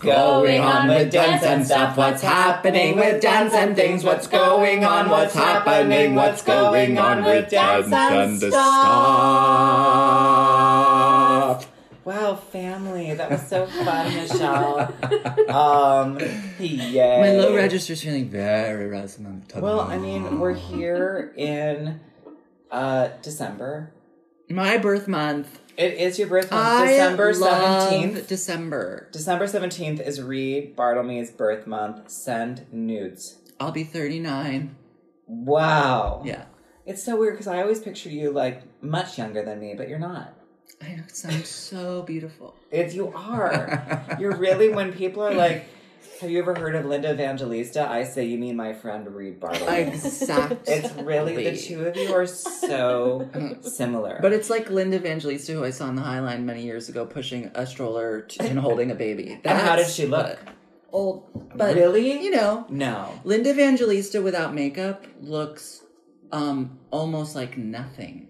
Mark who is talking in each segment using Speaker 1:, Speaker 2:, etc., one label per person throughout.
Speaker 1: going on with dance and stuff? What's happening with dance and things? What's going on? What's happening? What's going on with dance and stuff?
Speaker 2: Wow, family. That was so fun, Michelle. Um, yay.
Speaker 1: My low register's feeling very resonant.
Speaker 2: Well, I mean, we're here in uh, December.
Speaker 1: My birth month.
Speaker 2: It is your birth month,
Speaker 1: I
Speaker 2: December
Speaker 1: love
Speaker 2: 17th.
Speaker 1: December.
Speaker 2: December 17th is Reed Bartlemy's birth month. Send nudes.
Speaker 1: I'll be 39.
Speaker 2: Wow.
Speaker 1: Yeah.
Speaker 2: It's so weird because I always picture you like much younger than me, but you're not.
Speaker 1: I know it sounds so beautiful.
Speaker 2: If you are, you're really when people are like, "Have you ever heard of Linda Evangelista?" I say, "You mean my friend Reed Bartley."
Speaker 1: Exactly.
Speaker 2: It's really the two of you are so similar.
Speaker 1: But it's like Linda Evangelista, who I saw on the High Line many years ago, pushing a stroller t- and holding a baby.
Speaker 2: and how did
Speaker 1: That's
Speaker 2: she look?
Speaker 1: Old, but
Speaker 2: really?
Speaker 1: you know,
Speaker 2: no.
Speaker 1: Linda Evangelista without makeup looks um almost like nothing.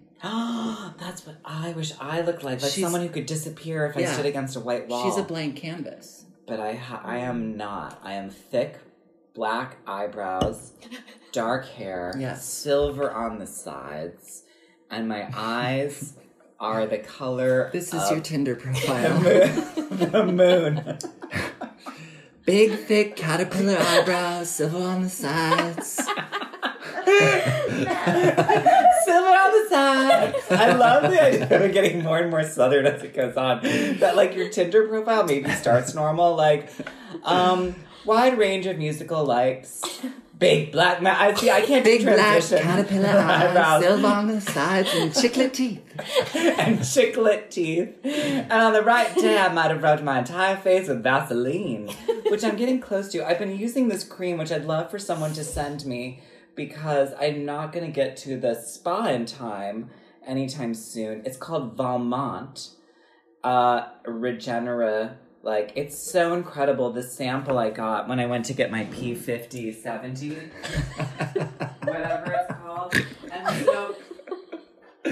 Speaker 2: That's what I wish I looked like. Like
Speaker 1: She's-
Speaker 2: someone who could disappear if I
Speaker 1: Yeah.
Speaker 2: stood against a white wall.
Speaker 1: She's a blank canvas.
Speaker 2: but I ha- I
Speaker 1: Mm.
Speaker 2: am not. I am thick, black eyebrows, dark hair,
Speaker 1: Yes.
Speaker 2: silver on the sides, and my eyes are the color.
Speaker 1: This is
Speaker 2: of
Speaker 1: your Tinder
Speaker 2: the
Speaker 1: profile.
Speaker 2: moon. the moon.
Speaker 1: Big, thick caterpillar eyebrows, silver on the sides.
Speaker 2: Silver on the sides. I love the idea of getting more and more southern as it goes on. That like your Tinder profile maybe starts normal, like um, wide range of musical likes. Big black ma I see. I can't
Speaker 1: Big black
Speaker 2: transition.
Speaker 1: caterpillar eyes, silver on the sides, and chiclet teeth.
Speaker 2: and chiclet teeth. And on the right day, I might have rubbed my entire face with Vaseline, which I'm getting close to. I've been using this cream, which I'd love for someone to send me because I'm not going to get to the spa in time anytime soon. It's called Valmont uh, Regenera. Like, it's so incredible the sample I got when I went to get my P50, 70 whatever it's called. And so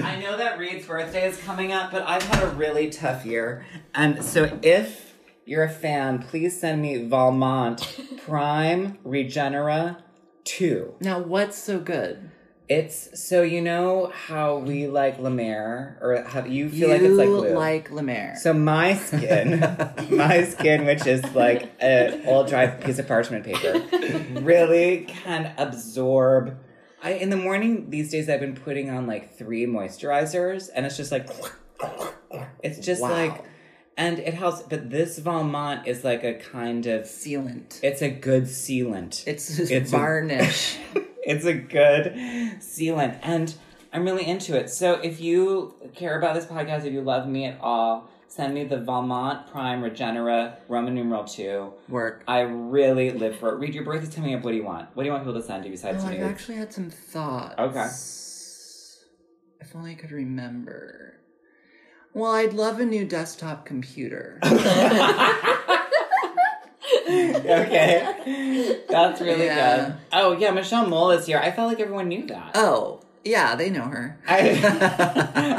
Speaker 2: I know that Reed's birthday is coming up, but I've had a really tough year. And so if you're a fan, please send me Valmont Prime Regenera 2.
Speaker 1: Now, what's so good?
Speaker 2: It's so you know how we like La Mer, or how you feel like it's like
Speaker 1: you
Speaker 2: glue.
Speaker 1: like La Mer.
Speaker 2: So my skin, my skin, which is like an old dry piece of parchment paper, really can absorb. I in the morning these days I've been putting on like three moisturizers, and it's just like, it's just
Speaker 1: Wow.
Speaker 2: like, and it helps. But this Valmont is like a kind of,
Speaker 1: sealant.
Speaker 2: it's a good sealant.
Speaker 1: It's, just
Speaker 2: It's a-
Speaker 1: varnish.
Speaker 2: It's a good sealant, and I'm really into it. So if you care about this podcast, if you love me at all, send me the Valmont Prime Regenera Roman numeral two.
Speaker 1: Work.
Speaker 2: I really live for it. Read your birthday's coming up. What do you want? What do you want people to send you besides
Speaker 1: Oh, I've
Speaker 2: nudes?
Speaker 1: actually had some thoughts. If only I could remember. Well, I'd love a new desktop computer.
Speaker 2: okay, that's really
Speaker 1: Yeah.
Speaker 2: good. Oh yeah, Michelle Mole is here. I felt like everyone knew that.
Speaker 1: oh, yeah, they know her.
Speaker 2: I,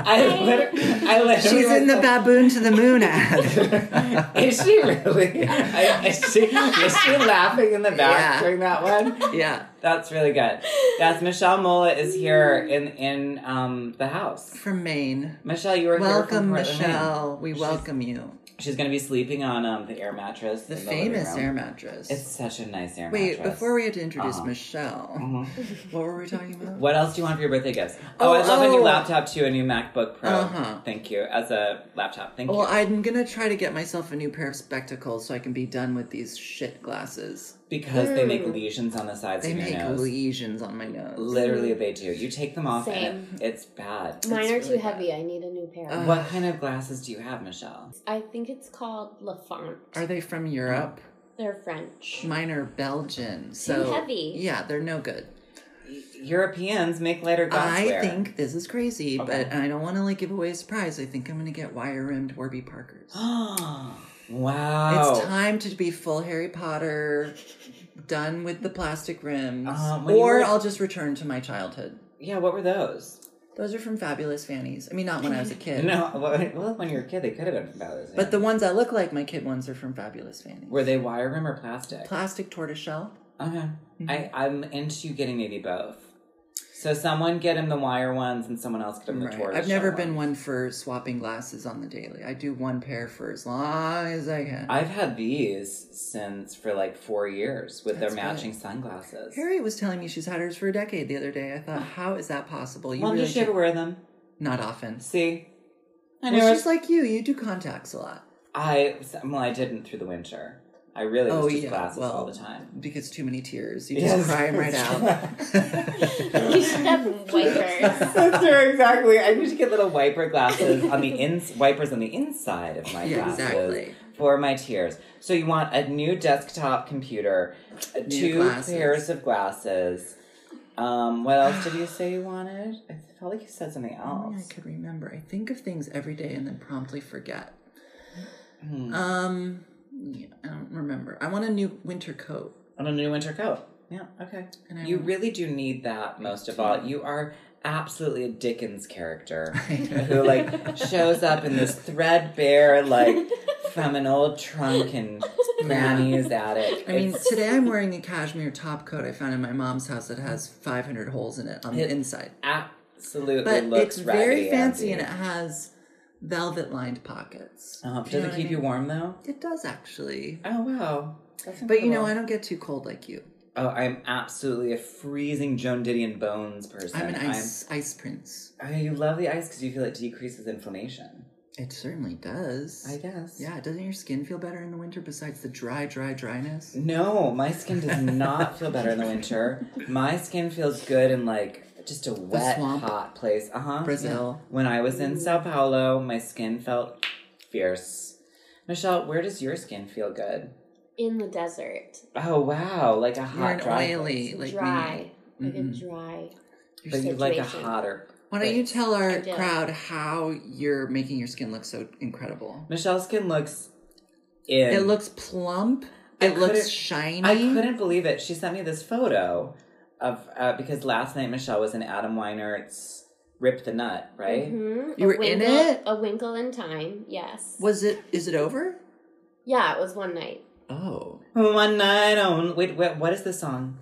Speaker 2: I, literally, I literally
Speaker 1: She's in the
Speaker 2: was-
Speaker 1: baboon to the moon ad.
Speaker 2: Is she really? I, is, she, is she laughing in the back
Speaker 1: Yeah.
Speaker 2: during that one?
Speaker 1: yeah,
Speaker 2: That's really good. Yes, Michelle Mola is here in in um the house.
Speaker 1: from Maine.
Speaker 2: Michelle, you are here from
Speaker 1: Welcome,
Speaker 2: Portland, Maine.
Speaker 1: Michelle. We welcome you.
Speaker 2: She's going to be sleeping on um the air mattress.
Speaker 1: The
Speaker 2: in living
Speaker 1: famous
Speaker 2: room.
Speaker 1: air mattress.
Speaker 2: It's such a nice air
Speaker 1: Wait,
Speaker 2: mattress.
Speaker 1: before we had to introduce
Speaker 2: Uh-huh. Mm-hmm.
Speaker 1: Michelle, what were we talking about?
Speaker 2: What else do you want for your birthday gifts? Oh, I
Speaker 1: Oh,
Speaker 2: love a new
Speaker 1: oh.
Speaker 2: laptop too, a new MacBook Pro.
Speaker 1: Uh-huh. Oh,
Speaker 2: Thank you. As a laptop, thank
Speaker 1: Well,
Speaker 2: you.
Speaker 1: I'm gonna try to get myself a new pair of spectacles so I can be done with these shit glasses.
Speaker 2: Because they make lesions on the sides
Speaker 1: They
Speaker 2: of your
Speaker 1: make
Speaker 2: nose.
Speaker 1: lesions on my nose.
Speaker 2: Literally, they do. You take them off, and it, it's bad.
Speaker 3: Mine are
Speaker 1: really
Speaker 3: too
Speaker 1: bad.
Speaker 3: heavy. I need a new pair.
Speaker 1: Uh,
Speaker 2: What kind of glasses do you have, Michelle?
Speaker 3: I think it's called Lafont.
Speaker 1: Are they from Europe?
Speaker 3: They're French.
Speaker 1: Mine are Belgian. So
Speaker 3: heavy.
Speaker 1: Yeah, they're no good.
Speaker 2: Europeans make lighter glassware.
Speaker 1: I think this is crazy,
Speaker 2: Okay.
Speaker 1: but I don't want to like give away a surprise. I think I'm gonna get wire rimmed Warby Parkers.
Speaker 2: wow.
Speaker 1: It's time to be full Harry Potter, done with the plastic rims,
Speaker 2: Uh, when you
Speaker 1: or
Speaker 2: were-
Speaker 1: I'll just return to my childhood.
Speaker 2: Yeah, what were those?
Speaker 1: Those are from Fabulous Fannies. I mean, not when I was a kid.
Speaker 2: No, well, well, when you were a kid, they could have been from Ballast.
Speaker 1: But the ones that look like my kid ones are from Fabulous Fannies.
Speaker 2: were they wire rim or plastic?
Speaker 1: Plastic tortoiseshell.
Speaker 2: okay,
Speaker 1: Mm-hmm.
Speaker 2: I I'm into getting maybe both. So someone get him the wire ones, and someone else get him the
Speaker 1: Right.
Speaker 2: tortoise.
Speaker 1: I've never been one for swapping glasses on the daily. I do one pair for as long as I can.
Speaker 2: I've had these since for like four years with
Speaker 1: That's
Speaker 2: their
Speaker 1: good.
Speaker 2: matching sunglasses.
Speaker 1: Harriet was telling me she's had hers for a decade the other day. I
Speaker 2: Oh.
Speaker 1: thought, how is that possible? You
Speaker 2: Mom, you
Speaker 1: really
Speaker 2: should ever wear them.
Speaker 1: not often.
Speaker 2: See, I know.
Speaker 1: Well, she's like you. You do contacts a lot
Speaker 2: I well, I didn't through the winter. I really was
Speaker 1: Oh,
Speaker 2: just
Speaker 1: yeah,
Speaker 2: glasses
Speaker 1: well,
Speaker 2: all the time.
Speaker 1: because too many tears. You just cry 'em right out.
Speaker 3: You should have wipers.
Speaker 2: That's true, exactly. I need to get little wiper glasses on the ins wipers on the inside of my
Speaker 1: Yeah,
Speaker 2: glasses
Speaker 1: exactly.
Speaker 2: for my tears. So you want a new desktop computer, uh, two
Speaker 1: glasses.
Speaker 2: pairs of glasses. Um, what else did you say you wanted? I felt like you said something
Speaker 1: I
Speaker 2: else.
Speaker 1: could remember. I think of things every day and then promptly forget.
Speaker 2: Hmm. Mm.
Speaker 1: Um, yeah, I don't remember. I want a new winter coat.
Speaker 2: On a new winter coat. Yeah. Okay.
Speaker 1: And I
Speaker 2: you
Speaker 1: want-
Speaker 2: really do need that most of all. You are absolutely a Dickens character who like shows up in this threadbare like from an old trunk in granny's attic.
Speaker 1: I mean,
Speaker 2: It's-
Speaker 1: today I'm wearing a cashmere top coat I found in my mom's house that has 500 holes in it on the
Speaker 2: It-
Speaker 1: inside.
Speaker 2: absolutely
Speaker 1: But
Speaker 2: looks
Speaker 1: it's very
Speaker 2: raggedy
Speaker 1: fancy and
Speaker 2: Andy.
Speaker 1: it has velvet lined pockets.
Speaker 2: Uh,
Speaker 1: You
Speaker 2: does
Speaker 1: know
Speaker 2: it
Speaker 1: what I
Speaker 2: keep you
Speaker 1: mean?
Speaker 2: warm though?
Speaker 1: It does actually.
Speaker 2: Oh wow.
Speaker 1: But you know, I don't get too cold like you.
Speaker 2: Oh, I'm absolutely a freezing Joan Didion bones person.
Speaker 1: I'm an ice ice prince.
Speaker 2: I'm- oh, you love the ice because you feel it decreases inflammation.
Speaker 1: It certainly does.
Speaker 2: I guess.
Speaker 1: Yeah, doesn't your skin feel better in the winter besides the dry, dry dryness?
Speaker 2: No, my skin does not feel better in the winter. My skin feels good in like just a wet,
Speaker 1: swamp.
Speaker 2: hot place. Uh huh.
Speaker 1: Brazil.
Speaker 2: When I was in Sao Paulo, my skin felt fierce. Michelle, where does your skin feel good?
Speaker 3: In the desert.
Speaker 2: Oh wow, like a
Speaker 1: You're
Speaker 2: hot,
Speaker 1: an
Speaker 2: dry place.
Speaker 1: oily like me.
Speaker 3: dry. Like
Speaker 1: Mhm.
Speaker 3: a dry.
Speaker 2: but you like a
Speaker 3: situation.
Speaker 2: hotter.
Speaker 1: Why don't you tell
Speaker 3: I
Speaker 1: our
Speaker 3: do.
Speaker 1: crowd how you're making your skin look so incredible?
Speaker 2: Michelle's skin looks in.
Speaker 1: It looks plump.
Speaker 2: I
Speaker 1: It looks
Speaker 2: couldn't-
Speaker 1: shiny.
Speaker 2: I couldn't believe it. She sent me this photo of uh, because last night Michelle was in Adam Weinert's "Rip the Nut," right?
Speaker 3: hmm
Speaker 1: You were in it?
Speaker 3: A winkle in time. Yes.
Speaker 1: Was it? Is it over?
Speaker 3: Yeah, it was one night.
Speaker 1: Oh,
Speaker 2: One night on. Wait, wait, what is the song?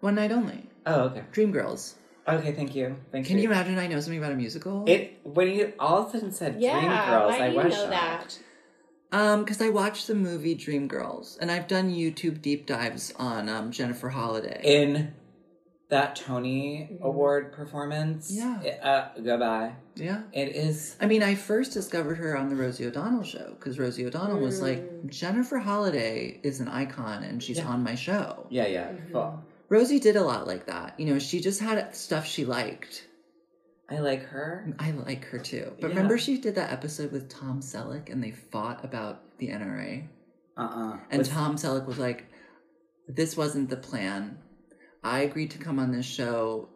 Speaker 1: one night only.
Speaker 2: Oh, okay.
Speaker 1: Dreamgirls.
Speaker 2: Okay, thank you. Thank
Speaker 1: Can you
Speaker 2: you.
Speaker 1: imagine? I know something about a musical.
Speaker 2: It when you all of a sudden said
Speaker 3: Yeah,
Speaker 2: Dream Girls,
Speaker 3: why do
Speaker 2: I
Speaker 3: you
Speaker 2: was
Speaker 3: know that?
Speaker 2: shocked.
Speaker 1: Um, because I watched the movie Dreamgirls, and I've done YouTube deep dives on um, Jennifer Holiday.
Speaker 2: in that Tony Award performance.
Speaker 1: Mm-hmm. Yeah.
Speaker 2: it- uh, goodbye.
Speaker 1: yeah.
Speaker 2: It is.
Speaker 1: I mean, I first discovered her on the Rosie O'Donnell show because Rosie O'Donnell was
Speaker 2: Mm.
Speaker 1: like, Jennifer Holiday is an icon, and she's on my show.
Speaker 2: Yeah, yeah.
Speaker 1: Mm-hmm.
Speaker 2: Cool.
Speaker 1: Rosie did a lot like that. You know, she just had stuff she liked.
Speaker 2: I like her.
Speaker 1: I like her too. But
Speaker 2: Yeah.
Speaker 1: remember, she did that episode with Tom Selleck, and they fought about the NRA.
Speaker 2: Uh uh
Speaker 1: And Tom Selleck was like, "This wasn't the plan. I agreed to come on this show,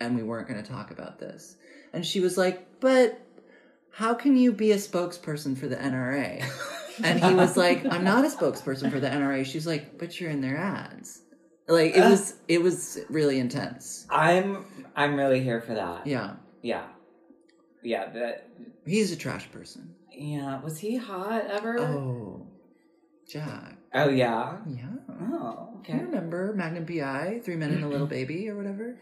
Speaker 1: and we weren't going to talk about this." And she was like, "But how can you be a spokesperson for the NRA?" and he was like, "I'm not a spokesperson for the NRA." She's like, "But you're in their ads." Like it was, it was really intense.
Speaker 2: I'm I'm really here for that.
Speaker 1: Yeah,
Speaker 2: Yeah. Yeah. That.
Speaker 1: he's a trash person.
Speaker 2: Yeah. Was he hot ever?
Speaker 1: Oh, Jack.
Speaker 2: Oh, yeah.
Speaker 1: Yeah.
Speaker 2: Oh.
Speaker 1: I
Speaker 2: Okay.
Speaker 1: remember Magnum PI, Three Men and a Little Baby, or whatever.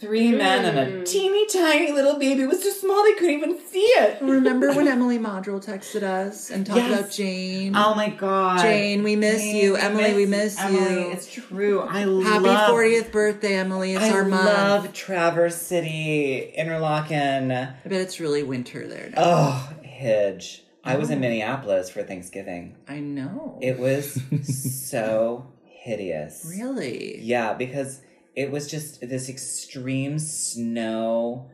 Speaker 2: Three men and
Speaker 1: Mm.
Speaker 2: a teeny tiny little baby was so small they couldn't even see it.
Speaker 1: Remember when Emily Modrell texted us and talked
Speaker 2: Yes.
Speaker 1: about Jane?
Speaker 2: Oh my god.
Speaker 1: Jane, we miss you. Emily, we miss
Speaker 2: Emily,
Speaker 1: you.
Speaker 2: It's true. I
Speaker 1: Happy
Speaker 2: love
Speaker 1: 40th birthday, Emily. It's
Speaker 2: I
Speaker 1: our mom.
Speaker 2: love Traverse City, Interlochen.
Speaker 1: I bet it's really winter there now.
Speaker 2: Oh, Hidge. I was in
Speaker 1: Mm-hmm.
Speaker 2: Minneapolis for Thanksgiving.
Speaker 1: I know.
Speaker 2: Oh. It was so hideous.
Speaker 1: really?
Speaker 2: Yeah, because it was just this extreme snow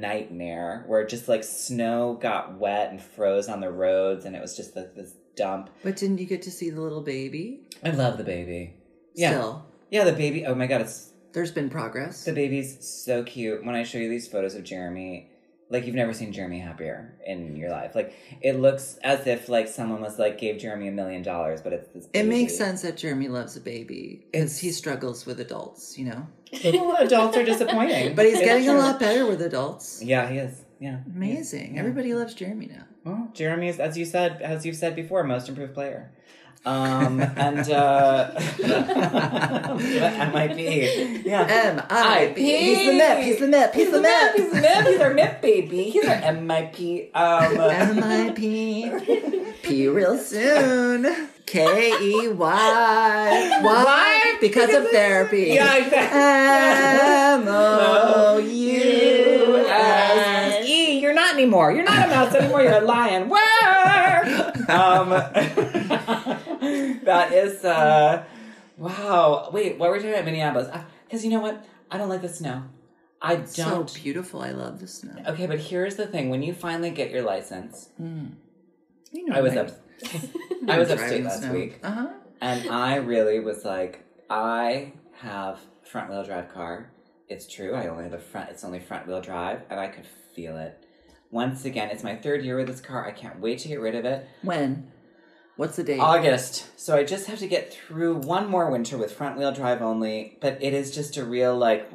Speaker 2: nightmare where just like snow got wet and froze on the roads and it was just like this dump.
Speaker 1: But didn't you get to see the little baby?
Speaker 2: I love the baby. Yeah.
Speaker 1: Still,
Speaker 2: Yeah, the baby. Oh my god, it's
Speaker 1: there's been progress.
Speaker 2: the baby's so cute. When I show you these photos of Jeremy, Like you've never seen Jeremy happier in your life. Like it looks as if like someone was like gave Jeremy a million dollars, but it's this.
Speaker 1: It makes
Speaker 2: baby.
Speaker 1: sense that Jeremy loves a baby because he struggles with adults, you know.
Speaker 2: Well, adults are disappointing,
Speaker 1: But he's
Speaker 2: It's
Speaker 1: getting a
Speaker 2: true.
Speaker 1: lot better with adults.
Speaker 2: Yeah, he is. Yeah,
Speaker 1: Amazing. Everybody loves Jeremy now.
Speaker 2: Well, Jeremy is, as you said, as you've said before, most improved player. Um, and uh, MIP. Yeah.
Speaker 1: M I P.
Speaker 2: He's the MIP. He's the MIP. Uh, He's, the MIP. He's the MIP. He's our MIP baby. He's our MIP. Um,
Speaker 1: M I P. P real soon. K E Y. Why? Because of therapy.
Speaker 2: yeah, exactly.
Speaker 1: M O U S.
Speaker 3: Yes.
Speaker 2: E, you're not anymore. You're not a mouse anymore. You're a lion. Where? Um, that is uh, wow. Wait, what were we talking about Minneapolis? Because you know what? I don't like the snow. I
Speaker 1: So
Speaker 2: don't.
Speaker 1: beautiful. I love the snow.
Speaker 2: okay, but here's the thing: when you finally get your license,
Speaker 1: Hmm. You know
Speaker 2: I was
Speaker 1: my-
Speaker 2: up. I was upstate
Speaker 1: driving
Speaker 2: last
Speaker 1: snow.
Speaker 2: week,
Speaker 1: Uh huh.
Speaker 2: and I really was like, I have front wheel drive car. It's true. I only have a front. It's only front wheel drive, and I could feel it. Once again, it's my third year with this car. I can't wait to get rid of it.
Speaker 1: When? What's the date?
Speaker 2: August. So I just have to get through one more winter with front wheel drive only, but it is just a real like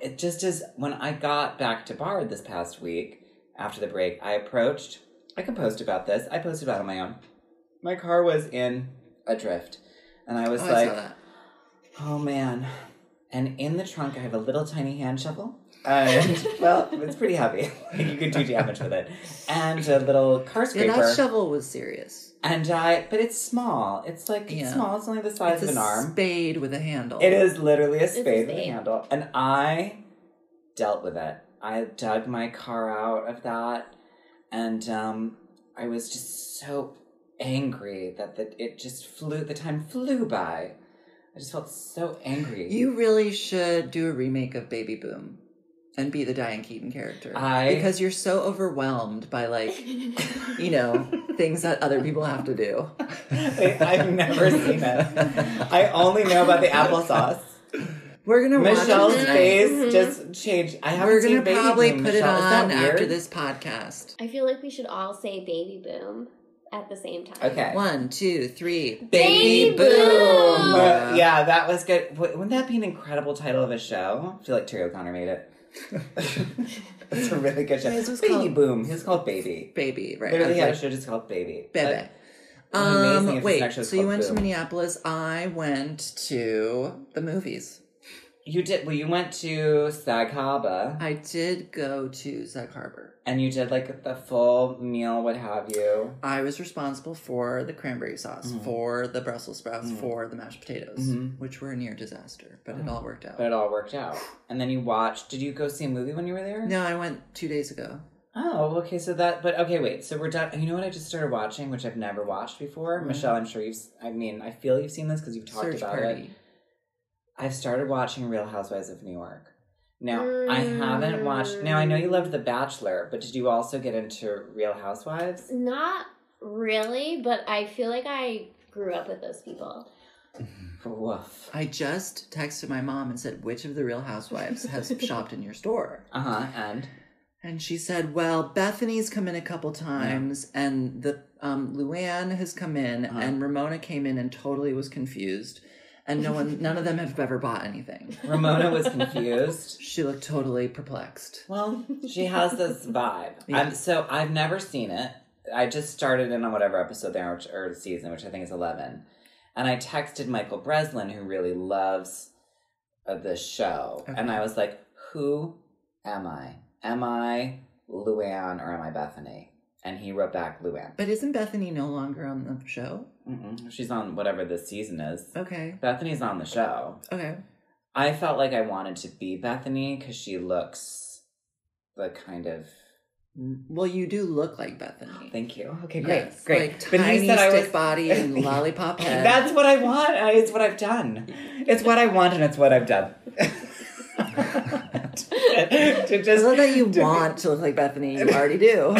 Speaker 2: it just is when I got back to Bard this past week after the break, I approached I can post about this. I posted about it on my own. My car was in a drift. And I was
Speaker 1: Oh, I
Speaker 2: like,
Speaker 1: saw that.
Speaker 2: Oh man. And in the trunk, I have a little tiny hand shovel. And, well, it's pretty heavy. you could do damage with it. And a little car scraper.
Speaker 1: Yeah, that shovel was serious.
Speaker 2: And I, but it's small. It's like it's
Speaker 1: Yeah.
Speaker 2: small. It's only the size
Speaker 1: it's
Speaker 2: of
Speaker 1: a
Speaker 2: an arm.
Speaker 1: spade with a handle.
Speaker 2: it is literally a
Speaker 3: a
Speaker 2: spade with a
Speaker 3: spade.
Speaker 2: handle. And I dealt with it. I dug my car out of that, and um, I was just so angry that the, it just flew. The time flew by. I just felt so angry.
Speaker 1: You really should do a remake of Baby Boom and be the Diane Keaton character.
Speaker 2: I-
Speaker 1: because you're so overwhelmed by like, you know, things that other people have to do.
Speaker 2: I've never seen it. I only know about the applesauce.
Speaker 1: We're gonna
Speaker 2: Michelle's
Speaker 1: watch it tonight. Mm-hmm.
Speaker 2: face
Speaker 3: Mhm.
Speaker 2: just changed. I haven't
Speaker 1: We're
Speaker 2: seen
Speaker 1: gonna
Speaker 2: Baby
Speaker 1: probably
Speaker 2: Boom,
Speaker 1: put
Speaker 2: Michelle.
Speaker 1: it
Speaker 2: Is that
Speaker 1: on after
Speaker 2: weird?
Speaker 1: this podcast.
Speaker 3: I feel like we should all say baby boom at the same time.
Speaker 2: Okay.
Speaker 1: One, two, three.
Speaker 3: Baby Boom.
Speaker 2: But, yeah, that was good. W- Wouldn't that be an incredible title of a show? I feel like Terry O'Connor made it. it's a really good show.
Speaker 1: His was
Speaker 2: Baby
Speaker 1: called-
Speaker 2: Boom. It was called Baby.
Speaker 1: Baby, right?
Speaker 2: Literally
Speaker 1: I
Speaker 2: had a
Speaker 1: was
Speaker 2: show just called Baby.
Speaker 1: like,
Speaker 2: But-
Speaker 1: Bebe.
Speaker 2: amazing if
Speaker 1: Um,
Speaker 2: this
Speaker 1: wait,
Speaker 2: actually was
Speaker 1: so you
Speaker 2: called
Speaker 1: went to
Speaker 2: Boom.
Speaker 1: Minneapolis. I went to the movies.
Speaker 2: You did. Well, you went to Sag Harbor
Speaker 1: I did go to Sag Harbor.
Speaker 2: and you did like the full meal, what have you.
Speaker 1: I was responsible for the cranberry sauce,
Speaker 2: Mm-hmm.
Speaker 1: for the Brussels sprouts, for the mashed potatoes,
Speaker 2: Mhm.
Speaker 1: which were a near disaster, but
Speaker 2: Mm-hmm.
Speaker 1: it all worked out.
Speaker 2: But it all worked out. And then you watched. Did you go see a movie when you were there?
Speaker 1: No, I went two days ago.
Speaker 2: Oh, okay. So that, but okay, wait. So we're done. You know what I just started watching, which I've never watched before? Michelle, I'm sure you've, s- I mean, I feel you've seen this because you've talked
Speaker 1: Mm-hmm. Search
Speaker 2: about
Speaker 1: party.
Speaker 2: it. I've started watching Real Housewives of New York. Now, I haven't watched, now I know you loved The Bachelor, but did you also get into Real Housewives?
Speaker 3: Not really, but I feel like I grew up with those people.
Speaker 1: Mm.
Speaker 2: Woof.
Speaker 1: I just texted my mom and said, which of the Real Housewives has shopped in your store?
Speaker 2: Uh huh. And
Speaker 1: And she said, well, Bethany's come in a couple times, and the um, Luann has come in,
Speaker 2: Uh-huh.
Speaker 1: and Ramona came in and totally was confused, and no one, none of them have ever bought anything.
Speaker 2: Ramona was confused.
Speaker 1: She looked totally perplexed.
Speaker 2: Well, she has this vibe.
Speaker 1: Yeah.
Speaker 2: Um, so I've never seen it. I just started in on whatever episode there which, or season, which I think is eleven. And I texted Michael Breslin, who really loves uh, the show, and I was like, "Who am I? Am I Luann or am I Bethany?" And he wrote back, "Luann.
Speaker 1: But isn't Bethany no longer on the show?
Speaker 2: Mm-mm. She's on whatever this season is.
Speaker 1: Okay.
Speaker 2: Bethany's on the show.
Speaker 1: Okay.
Speaker 2: I felt like I wanted to be Bethany because she looks the kind of
Speaker 1: Well, you do look like Bethany.
Speaker 2: Thank you. Okay, great,
Speaker 1: Yes,
Speaker 2: great.
Speaker 1: Like
Speaker 2: but
Speaker 1: tiny
Speaker 2: he said I
Speaker 1: stick
Speaker 2: was.
Speaker 1: body and lollipop head.
Speaker 2: That's what I want. and It's what I've done. It's what I want, and it's what I've done. to
Speaker 1: I
Speaker 2: just
Speaker 1: love that you
Speaker 2: to be-
Speaker 1: want to look like Bethany. You already do.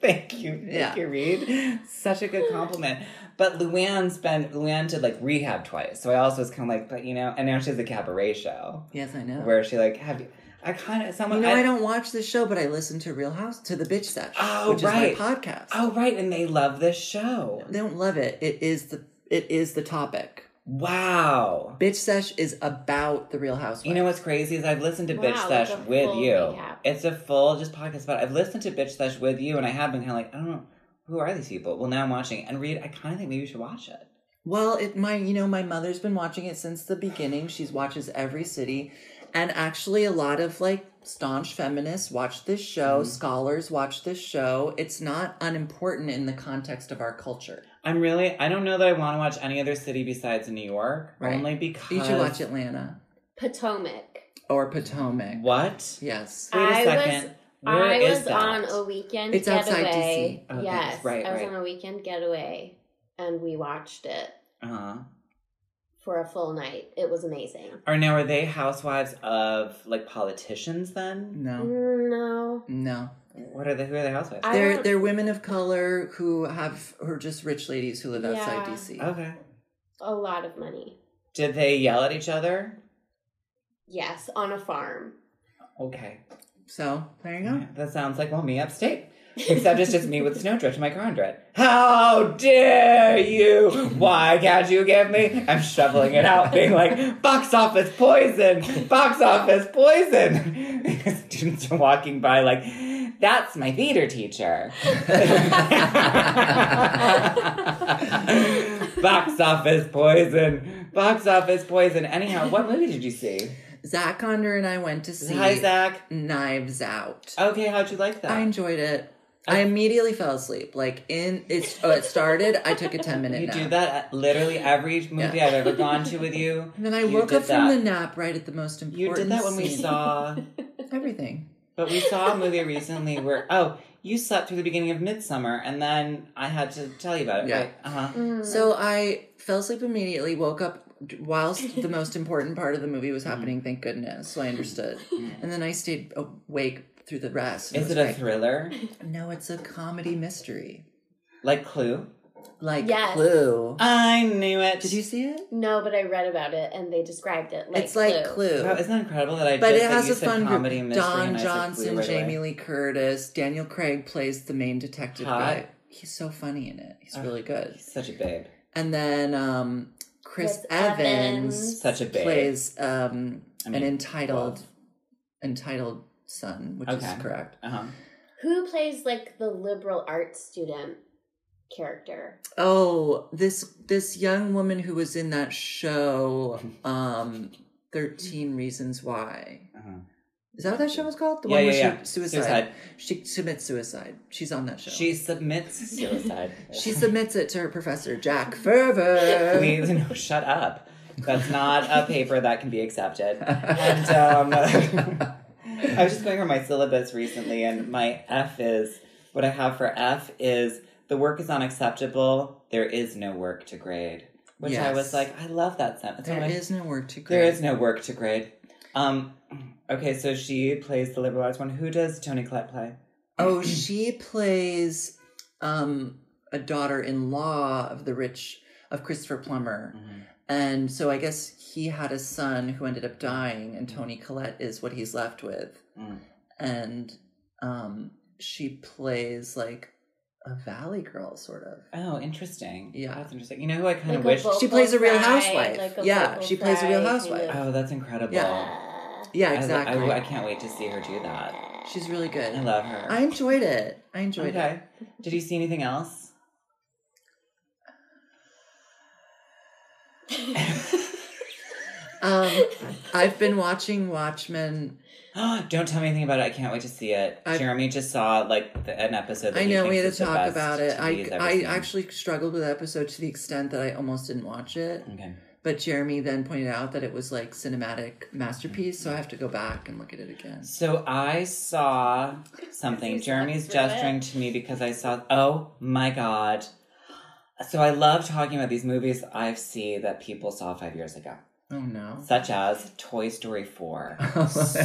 Speaker 2: Thank you, thank
Speaker 1: Yeah.
Speaker 2: you, Reed. Such a good compliment. But Luann spent Luann did like rehab twice, so I also was kind of like, but you know, and now she has a cabaret show
Speaker 1: Yes, I know.
Speaker 2: where she like have you. I kind of someone.
Speaker 1: You know,
Speaker 2: I-
Speaker 1: I, don't watch this show, but I listen to Real House to the Bitch Sesh,
Speaker 2: Oh,
Speaker 1: which
Speaker 2: right.
Speaker 1: is my podcast.
Speaker 2: Oh right, and they love this show.
Speaker 1: They don't love it. It is the it is the topic.
Speaker 2: Wow.
Speaker 1: Bitch Sesh is about the Real Housewives.
Speaker 2: You know what's crazy is I've listened to
Speaker 3: Wow,
Speaker 2: Bitch
Speaker 3: like
Speaker 2: Sesh
Speaker 3: a
Speaker 2: with
Speaker 3: full
Speaker 2: you.
Speaker 3: recap.
Speaker 2: It's a full just podcast about. I've listened to Bitch Sesh with you, and I have been kind of like, I don't know who are these people. Well, now I'm watching it. and read. I kind of think maybe you should watch it.
Speaker 1: Well, it my you know my mother's been watching it since the beginning. She watches every city, and actually a lot of like staunch feminists watch this show. Scholars watch this show. It's not unimportant in the context of our culture.
Speaker 2: I'm really. I don't know that I want to watch any other city besides New York.
Speaker 1: Right.
Speaker 2: Only because
Speaker 1: You should watch Atlanta
Speaker 3: Potomac.
Speaker 1: or Potomac.
Speaker 2: What?
Speaker 1: Yes,
Speaker 2: Wait a
Speaker 3: I
Speaker 2: second.
Speaker 3: was-
Speaker 2: Where
Speaker 3: I
Speaker 2: is
Speaker 3: was
Speaker 2: that?
Speaker 3: on a weekend
Speaker 1: It's outside
Speaker 3: getaway.
Speaker 1: DC.
Speaker 2: Oh, that's
Speaker 3: yes,
Speaker 2: right,
Speaker 3: I was
Speaker 2: right.
Speaker 3: on a weekend getaway, and we watched it
Speaker 2: Uh-huh.
Speaker 3: for a full night. It was amazing.
Speaker 2: Or now are they housewives of like politicians then?
Speaker 1: no,
Speaker 3: No,
Speaker 1: no.
Speaker 2: What are the who are the housewives?
Speaker 3: Mm. I
Speaker 1: They're
Speaker 3: don't-
Speaker 1: they're women of color who have who are just rich ladies who live outside
Speaker 3: Yeah.
Speaker 1: DC.
Speaker 2: okay.
Speaker 3: a lot of money.
Speaker 2: Did they yell at each other?
Speaker 3: Yes, on a farm.
Speaker 2: Okay.
Speaker 1: So there you go.
Speaker 2: Yeah, That sounds like well me upstate. Except it's just me with snow drift in my car under it. How dare you? Why can't you give me? I'm shoveling it out, being like, box office poison, box office poison. Students are walking by like, that's my theater teacher. box office poison, box office poison. Anyhow, what movie did you see?
Speaker 1: Zach Conder and I went to see
Speaker 2: Hi, Zach. Oh,
Speaker 1: Knives Out.
Speaker 2: Okay, how'd you like that?
Speaker 1: I enjoyed it. I immediately fell asleep. Like in it's oh, it started. I took a ten minute
Speaker 2: You
Speaker 1: nap.
Speaker 2: do that at literally every movie
Speaker 1: Yeah.
Speaker 2: I've ever gone to with you.
Speaker 1: And then I
Speaker 2: You
Speaker 1: woke
Speaker 2: did
Speaker 1: up from
Speaker 2: that.
Speaker 1: the nap right at the most important.
Speaker 2: You did that when we
Speaker 1: scene.
Speaker 2: saw,
Speaker 1: everything.
Speaker 2: but we saw a movie recently where oh, you slept through the beginning of Midsummer, and then I had to tell you about it.
Speaker 1: Yeah.
Speaker 2: Right? Uh huh.
Speaker 3: Mm. Mm-hmm.
Speaker 1: So I fell asleep immediately. Woke up whilst the most important part of the movie was happening. Thank goodness. So I understood. And then I stayed awake through the rest. and
Speaker 2: Is
Speaker 1: Mm. was
Speaker 2: it a
Speaker 1: like,
Speaker 2: thriller
Speaker 1: No, it's a comedy mystery.
Speaker 2: like Clue?
Speaker 1: Like
Speaker 3: Yes. Uh,
Speaker 1: Clue.
Speaker 2: I knew it.
Speaker 1: Did you see it?
Speaker 3: No, but I read about it and they described it like
Speaker 1: it's like
Speaker 3: Clue.
Speaker 1: Clue.
Speaker 2: Wow, isn't that incredible that I?
Speaker 1: But
Speaker 2: just
Speaker 1: it
Speaker 2: said
Speaker 1: has
Speaker 2: you
Speaker 1: a
Speaker 2: said
Speaker 1: fun
Speaker 2: comedy
Speaker 1: group.
Speaker 2: mystery and
Speaker 1: Don
Speaker 2: I said Clue right
Speaker 1: Johnson,
Speaker 2: away?
Speaker 1: Jamie Lee Curtis, Daniel Craig plays the main detective
Speaker 2: Hot.
Speaker 1: guy. He's so funny in it. He's
Speaker 2: Oh,
Speaker 1: really good.
Speaker 2: He's such a babe.
Speaker 1: And then um, Chris,
Speaker 3: Chris
Speaker 1: Evans,
Speaker 3: Evans.
Speaker 2: Such a babe.
Speaker 1: plays um,
Speaker 2: I mean,
Speaker 1: an entitled
Speaker 2: love.
Speaker 1: entitled son, which
Speaker 2: Okay.
Speaker 1: is correct.
Speaker 2: Uh huh.
Speaker 3: Who plays like the liberal arts student character?
Speaker 1: Oh, this this young woman who was in that show, um, Thirteen Reasons Why.
Speaker 2: Uh-huh.
Speaker 1: Is that what that show was called? The
Speaker 2: Yeah,
Speaker 1: one
Speaker 2: yeah,
Speaker 1: where
Speaker 2: yeah.
Speaker 1: she suicide.
Speaker 2: Suicide.
Speaker 1: She submits suicide. She's on that show.
Speaker 2: She submits suicide.
Speaker 1: She submits it to her professor, Jack Fervor.
Speaker 2: Please, no, shut up. That's not a paper that can be accepted. And um, I was just going over my syllabus recently, and my F is what I have for F is the work is unacceptable. There is no work to grade, which I was
Speaker 1: Yes.
Speaker 2: like, I love that sentence.
Speaker 1: There
Speaker 2: I'm like,
Speaker 1: is no work to grade.
Speaker 2: there is no work to grade. Um, okay, so she plays the liberal arts one. Who does Tony Collette play?
Speaker 1: Oh, she plays um, a daughter-in-law of the rich of Christopher Plummer, and so I guess he had a son who ended up dying, and Tony Collette is what he's left with,
Speaker 2: Mm-hmm. Mm.
Speaker 1: and um, she plays like a valley girl, sort of.
Speaker 2: Oh, interesting.
Speaker 1: Yeah.
Speaker 2: that's interesting. You know who I kind
Speaker 3: Like
Speaker 2: of
Speaker 3: a
Speaker 2: wish.
Speaker 3: vocal
Speaker 1: She plays a Real
Speaker 3: fry,
Speaker 1: Housewife. Yeah,
Speaker 3: vocal
Speaker 1: she plays a Real
Speaker 3: fry kind
Speaker 1: Housewife.
Speaker 3: of-
Speaker 2: Oh, that's incredible.
Speaker 1: Yeah.
Speaker 3: Uh,
Speaker 1: Yeah,
Speaker 2: I-
Speaker 1: exactly.
Speaker 2: I, I can't wait to see her do that.
Speaker 1: She's really good.
Speaker 2: I love her.
Speaker 1: I enjoyed it. I enjoyed it.
Speaker 2: okay. Did you see anything else?
Speaker 1: Um, I've been watching Watchmen.
Speaker 2: Don't tell me anything about it. I can't wait to see it.
Speaker 1: I-
Speaker 2: Jeremy just saw like the, an episode. That
Speaker 1: I
Speaker 2: he
Speaker 1: know we
Speaker 2: thinks
Speaker 1: had
Speaker 2: is
Speaker 1: to
Speaker 2: the
Speaker 1: talk
Speaker 2: best
Speaker 1: about it.
Speaker 2: TV
Speaker 1: I,
Speaker 2: he's ever
Speaker 1: I
Speaker 2: seen.
Speaker 1: actually struggled with the episode to the extent that I almost didn't watch it.
Speaker 2: Okay.
Speaker 1: But Jeremy then pointed out that it was like
Speaker 2: Mm-hmm.
Speaker 1: cinematic masterpiece, so I have to go back and look at it again.
Speaker 2: So I saw something.
Speaker 3: He's
Speaker 2: Jeremy's
Speaker 3: not through
Speaker 2: gesturing to me because I saw. Oh my god! So I love talking about these movies I see that people saw five years ago.
Speaker 1: Oh no.
Speaker 2: such as Toy Story 4.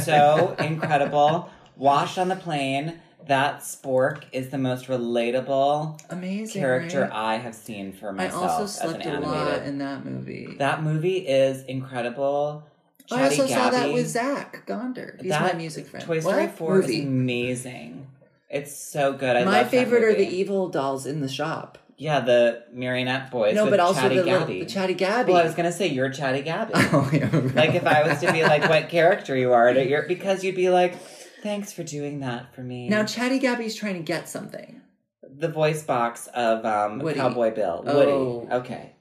Speaker 2: so incredible. Washed on the plane. That spork is the most relatable
Speaker 1: Amazing.
Speaker 2: character
Speaker 1: right?
Speaker 2: I have seen for
Speaker 1: I
Speaker 2: myself
Speaker 1: also
Speaker 2: as an
Speaker 1: slept a
Speaker 2: animated.
Speaker 1: lot in that movie.
Speaker 2: that movie is incredible.
Speaker 1: Oh, I
Speaker 2: Chatty
Speaker 1: also saw that
Speaker 2: Gabby.
Speaker 1: with Zach Gonder. He's
Speaker 2: That
Speaker 1: my music friend.
Speaker 2: Toy Story
Speaker 1: What?
Speaker 2: Four
Speaker 1: movie.
Speaker 2: is amazing. It's so good. I
Speaker 1: my
Speaker 2: love that
Speaker 1: favorite are the
Speaker 2: movie.
Speaker 1: evil dolls in the shop.
Speaker 2: yeah the marionette boys.
Speaker 1: no,
Speaker 2: with
Speaker 1: but also
Speaker 2: Chatty
Speaker 1: the, little-
Speaker 2: Gabby.
Speaker 1: the Chatty Gabby.
Speaker 2: Well, I was gonna say you're Chatty Gabby.
Speaker 1: Oh, yeah, right.
Speaker 2: like if I was to be like what character you are, that you're because you'd be like, thanks for doing that for me.
Speaker 1: now Chatty Gabby's trying to get something.
Speaker 2: the voice box of um,
Speaker 1: Woody.
Speaker 2: Cowboy Bill.
Speaker 1: Oh.
Speaker 2: Woody. Okay.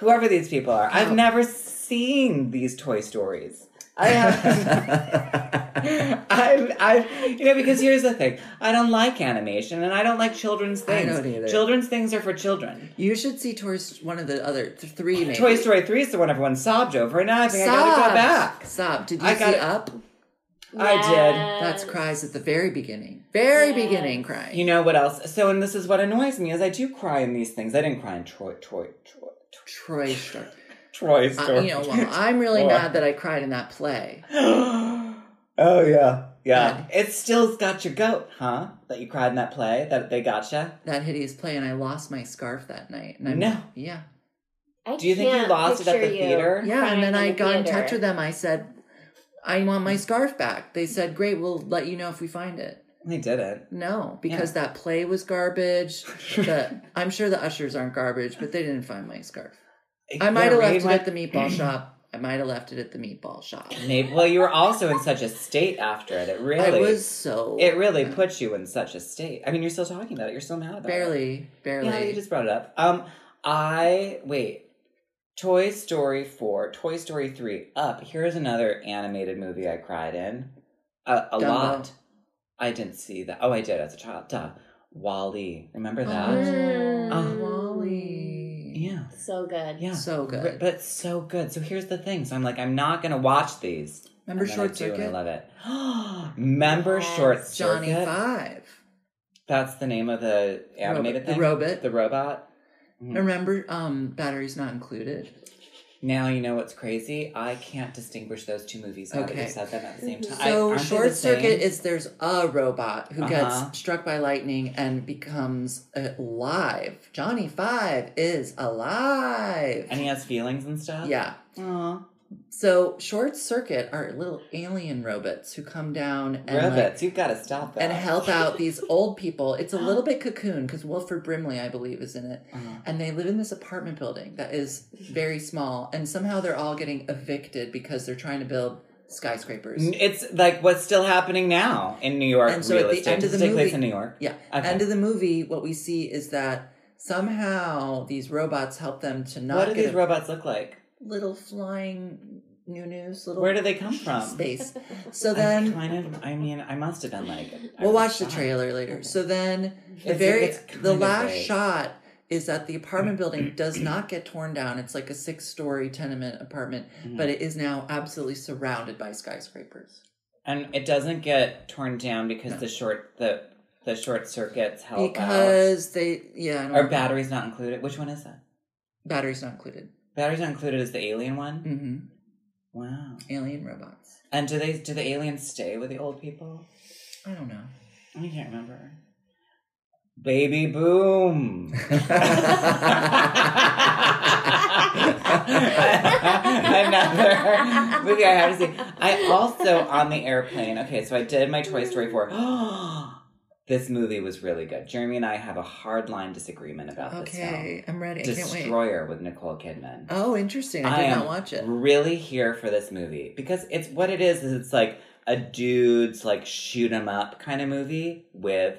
Speaker 2: Whoever these people are, I've
Speaker 1: Cow-
Speaker 2: never seen these Toy Stories. I have. I've, I've, you know, because here's the thing. I don't like animation, and I don't like children's things.
Speaker 1: don't either.
Speaker 2: Children's things are for children.
Speaker 1: you should see Toy St- one of the other th- three. Maybe.
Speaker 2: Toy Story Three is the one everyone sobbed over, and now I think
Speaker 1: Stop.
Speaker 2: I gotta go back.
Speaker 1: Stop. Did you
Speaker 2: I
Speaker 1: see
Speaker 2: gotta-
Speaker 1: Up?
Speaker 2: I did.
Speaker 1: That's cries at the very beginning. Very beginning crying.
Speaker 2: You know what else? So, and this is what annoys me is I do cry in these things. I didn't cry in Troy, Troy, Troy,
Speaker 1: Troy Story.
Speaker 2: Troy
Speaker 1: Uh,
Speaker 2: Story.
Speaker 1: you know, well, I'm really
Speaker 2: Or-
Speaker 1: mad that I cried in that play.
Speaker 2: oh yeah, yeah. It's still got your goat, huh? That you cried in that play that they gotcha.
Speaker 1: That hideous play, and I lost my scarf that night. And I'm,
Speaker 2: No.
Speaker 1: Yeah.
Speaker 3: I
Speaker 2: Do you think you
Speaker 3: can't
Speaker 2: lost it at the
Speaker 3: picture you
Speaker 2: theater?
Speaker 1: Yeah,
Speaker 3: crying
Speaker 1: and then
Speaker 3: in
Speaker 1: I
Speaker 3: the
Speaker 1: got in
Speaker 3: theater.
Speaker 1: touch with them. I said, I want my scarf back. They said, Great, we'll let you know if we find it.
Speaker 2: They didn't.
Speaker 1: No, because that play was garbage. the, I'm sure the ushers aren't garbage, but they didn't find my scarf. I might have left it at the meatball shop. I might have left it at the meatball shop.
Speaker 2: Maybe, well, you were also in such a state after it. It really
Speaker 1: I was so
Speaker 2: It really put you in such a state. I mean, you're still talking about it. You're still mad about it.
Speaker 1: barely, barely.
Speaker 2: Yeah, you just brought it up. Um, I wait. Toy Story four, Toy Story three, up. Here's another animated movie I cried in. A, a
Speaker 1: Dumbo.
Speaker 2: lot. I didn't see that. Oh, I did as a child. Duh. Wally. Remember that?
Speaker 1: Oh,
Speaker 2: Uh,
Speaker 1: Wally.
Speaker 2: Yeah.
Speaker 3: So good.
Speaker 2: Yeah.
Speaker 1: So
Speaker 2: R-
Speaker 1: good.
Speaker 2: But so good. So here's the thing. So I'm like, I'm not gonna watch these.
Speaker 1: Remember
Speaker 2: And then
Speaker 1: Short
Speaker 2: I do, and
Speaker 1: Circuit?
Speaker 2: I love it. Remember
Speaker 3: Yes,
Speaker 2: Short Circuit?
Speaker 1: Johnny Five.
Speaker 2: That's the name of the animated
Speaker 1: Robot- the
Speaker 2: thing.
Speaker 1: robot.
Speaker 2: The robot. Mhm.
Speaker 1: Remember, um, batteries not included.
Speaker 2: Now you know what's crazy. I can't distinguish those two movies. Now that
Speaker 1: Okay.
Speaker 2: you said them at the same time. I-
Speaker 1: So
Speaker 2: aren't they
Speaker 1: short
Speaker 2: the same?
Speaker 1: circuit is there's a robot who
Speaker 2: Uh-huh.
Speaker 1: gets struck by lightning and becomes alive. Johnny Five is alive.
Speaker 2: and he has feelings and stuff.
Speaker 1: yeah.
Speaker 2: Aww.
Speaker 1: So short circuit are little alien robots who come down and like,
Speaker 2: Robots, you've got to stop that.
Speaker 1: and help out these old people. It's a little bit cocoon because Wilford Brimley, I believe, is in it.
Speaker 2: Uh-huh.
Speaker 1: And they live in this apartment building that is
Speaker 2: Mm-hmm.
Speaker 1: very small. And somehow they're all getting evicted because they're trying to build skyscrapers.
Speaker 2: N- It's like what's still happening now in New York.
Speaker 1: And so
Speaker 2: real
Speaker 1: at the
Speaker 2: estate.
Speaker 1: end of
Speaker 2: Does
Speaker 1: the
Speaker 2: it take place
Speaker 1: movie-
Speaker 2: in New York.
Speaker 1: Yeah.
Speaker 2: Okay.
Speaker 1: End of the movie, what we see is that somehow these robots help them to not
Speaker 2: what do
Speaker 1: get
Speaker 2: these
Speaker 1: a-
Speaker 2: robots look like?
Speaker 1: little flying new news, little
Speaker 2: Where do they come from?
Speaker 1: space. So
Speaker 2: I
Speaker 1: then
Speaker 2: kind of. I mean, I must have been like. I
Speaker 1: We'll
Speaker 2: was
Speaker 1: watch the
Speaker 2: shocked.
Speaker 1: trailer later. So then the
Speaker 2: It's-
Speaker 1: very
Speaker 2: it's kind
Speaker 1: the
Speaker 2: of
Speaker 1: last
Speaker 2: vague.
Speaker 1: shot is that the apartment building does not get torn down. It's like a six story tenement apartment,
Speaker 2: Mm-hmm.
Speaker 1: but it is now absolutely surrounded by skyscrapers.
Speaker 2: And it doesn't get torn down because
Speaker 1: No.
Speaker 2: the short the the short circuits help out.
Speaker 1: because they yeah, I don't
Speaker 2: Or
Speaker 1: know.
Speaker 2: batteries not included. Which one is that?
Speaker 1: batteries not included.
Speaker 2: Batteries not included is the alien one.
Speaker 1: hmm
Speaker 2: Wow.
Speaker 1: Alien robots.
Speaker 2: And do they do the aliens stay with the old people?
Speaker 1: I don't know.
Speaker 2: I can't remember. Baby boom. Another movie I have to see. I also on the airplane. Okay, so I did my Toy Story four. this movie was really good. Jeremy and I have a hard line disagreement about this film.
Speaker 1: Okay, I'm ready. I can't wait.
Speaker 2: Destroyer with Nicole Kidman.
Speaker 1: Oh, interesting. I
Speaker 2: I
Speaker 1: did
Speaker 2: am
Speaker 1: not watch it.
Speaker 2: Really here for this movie because it's what it is. Is it's like a dude's like shoot 'em up kind of movie with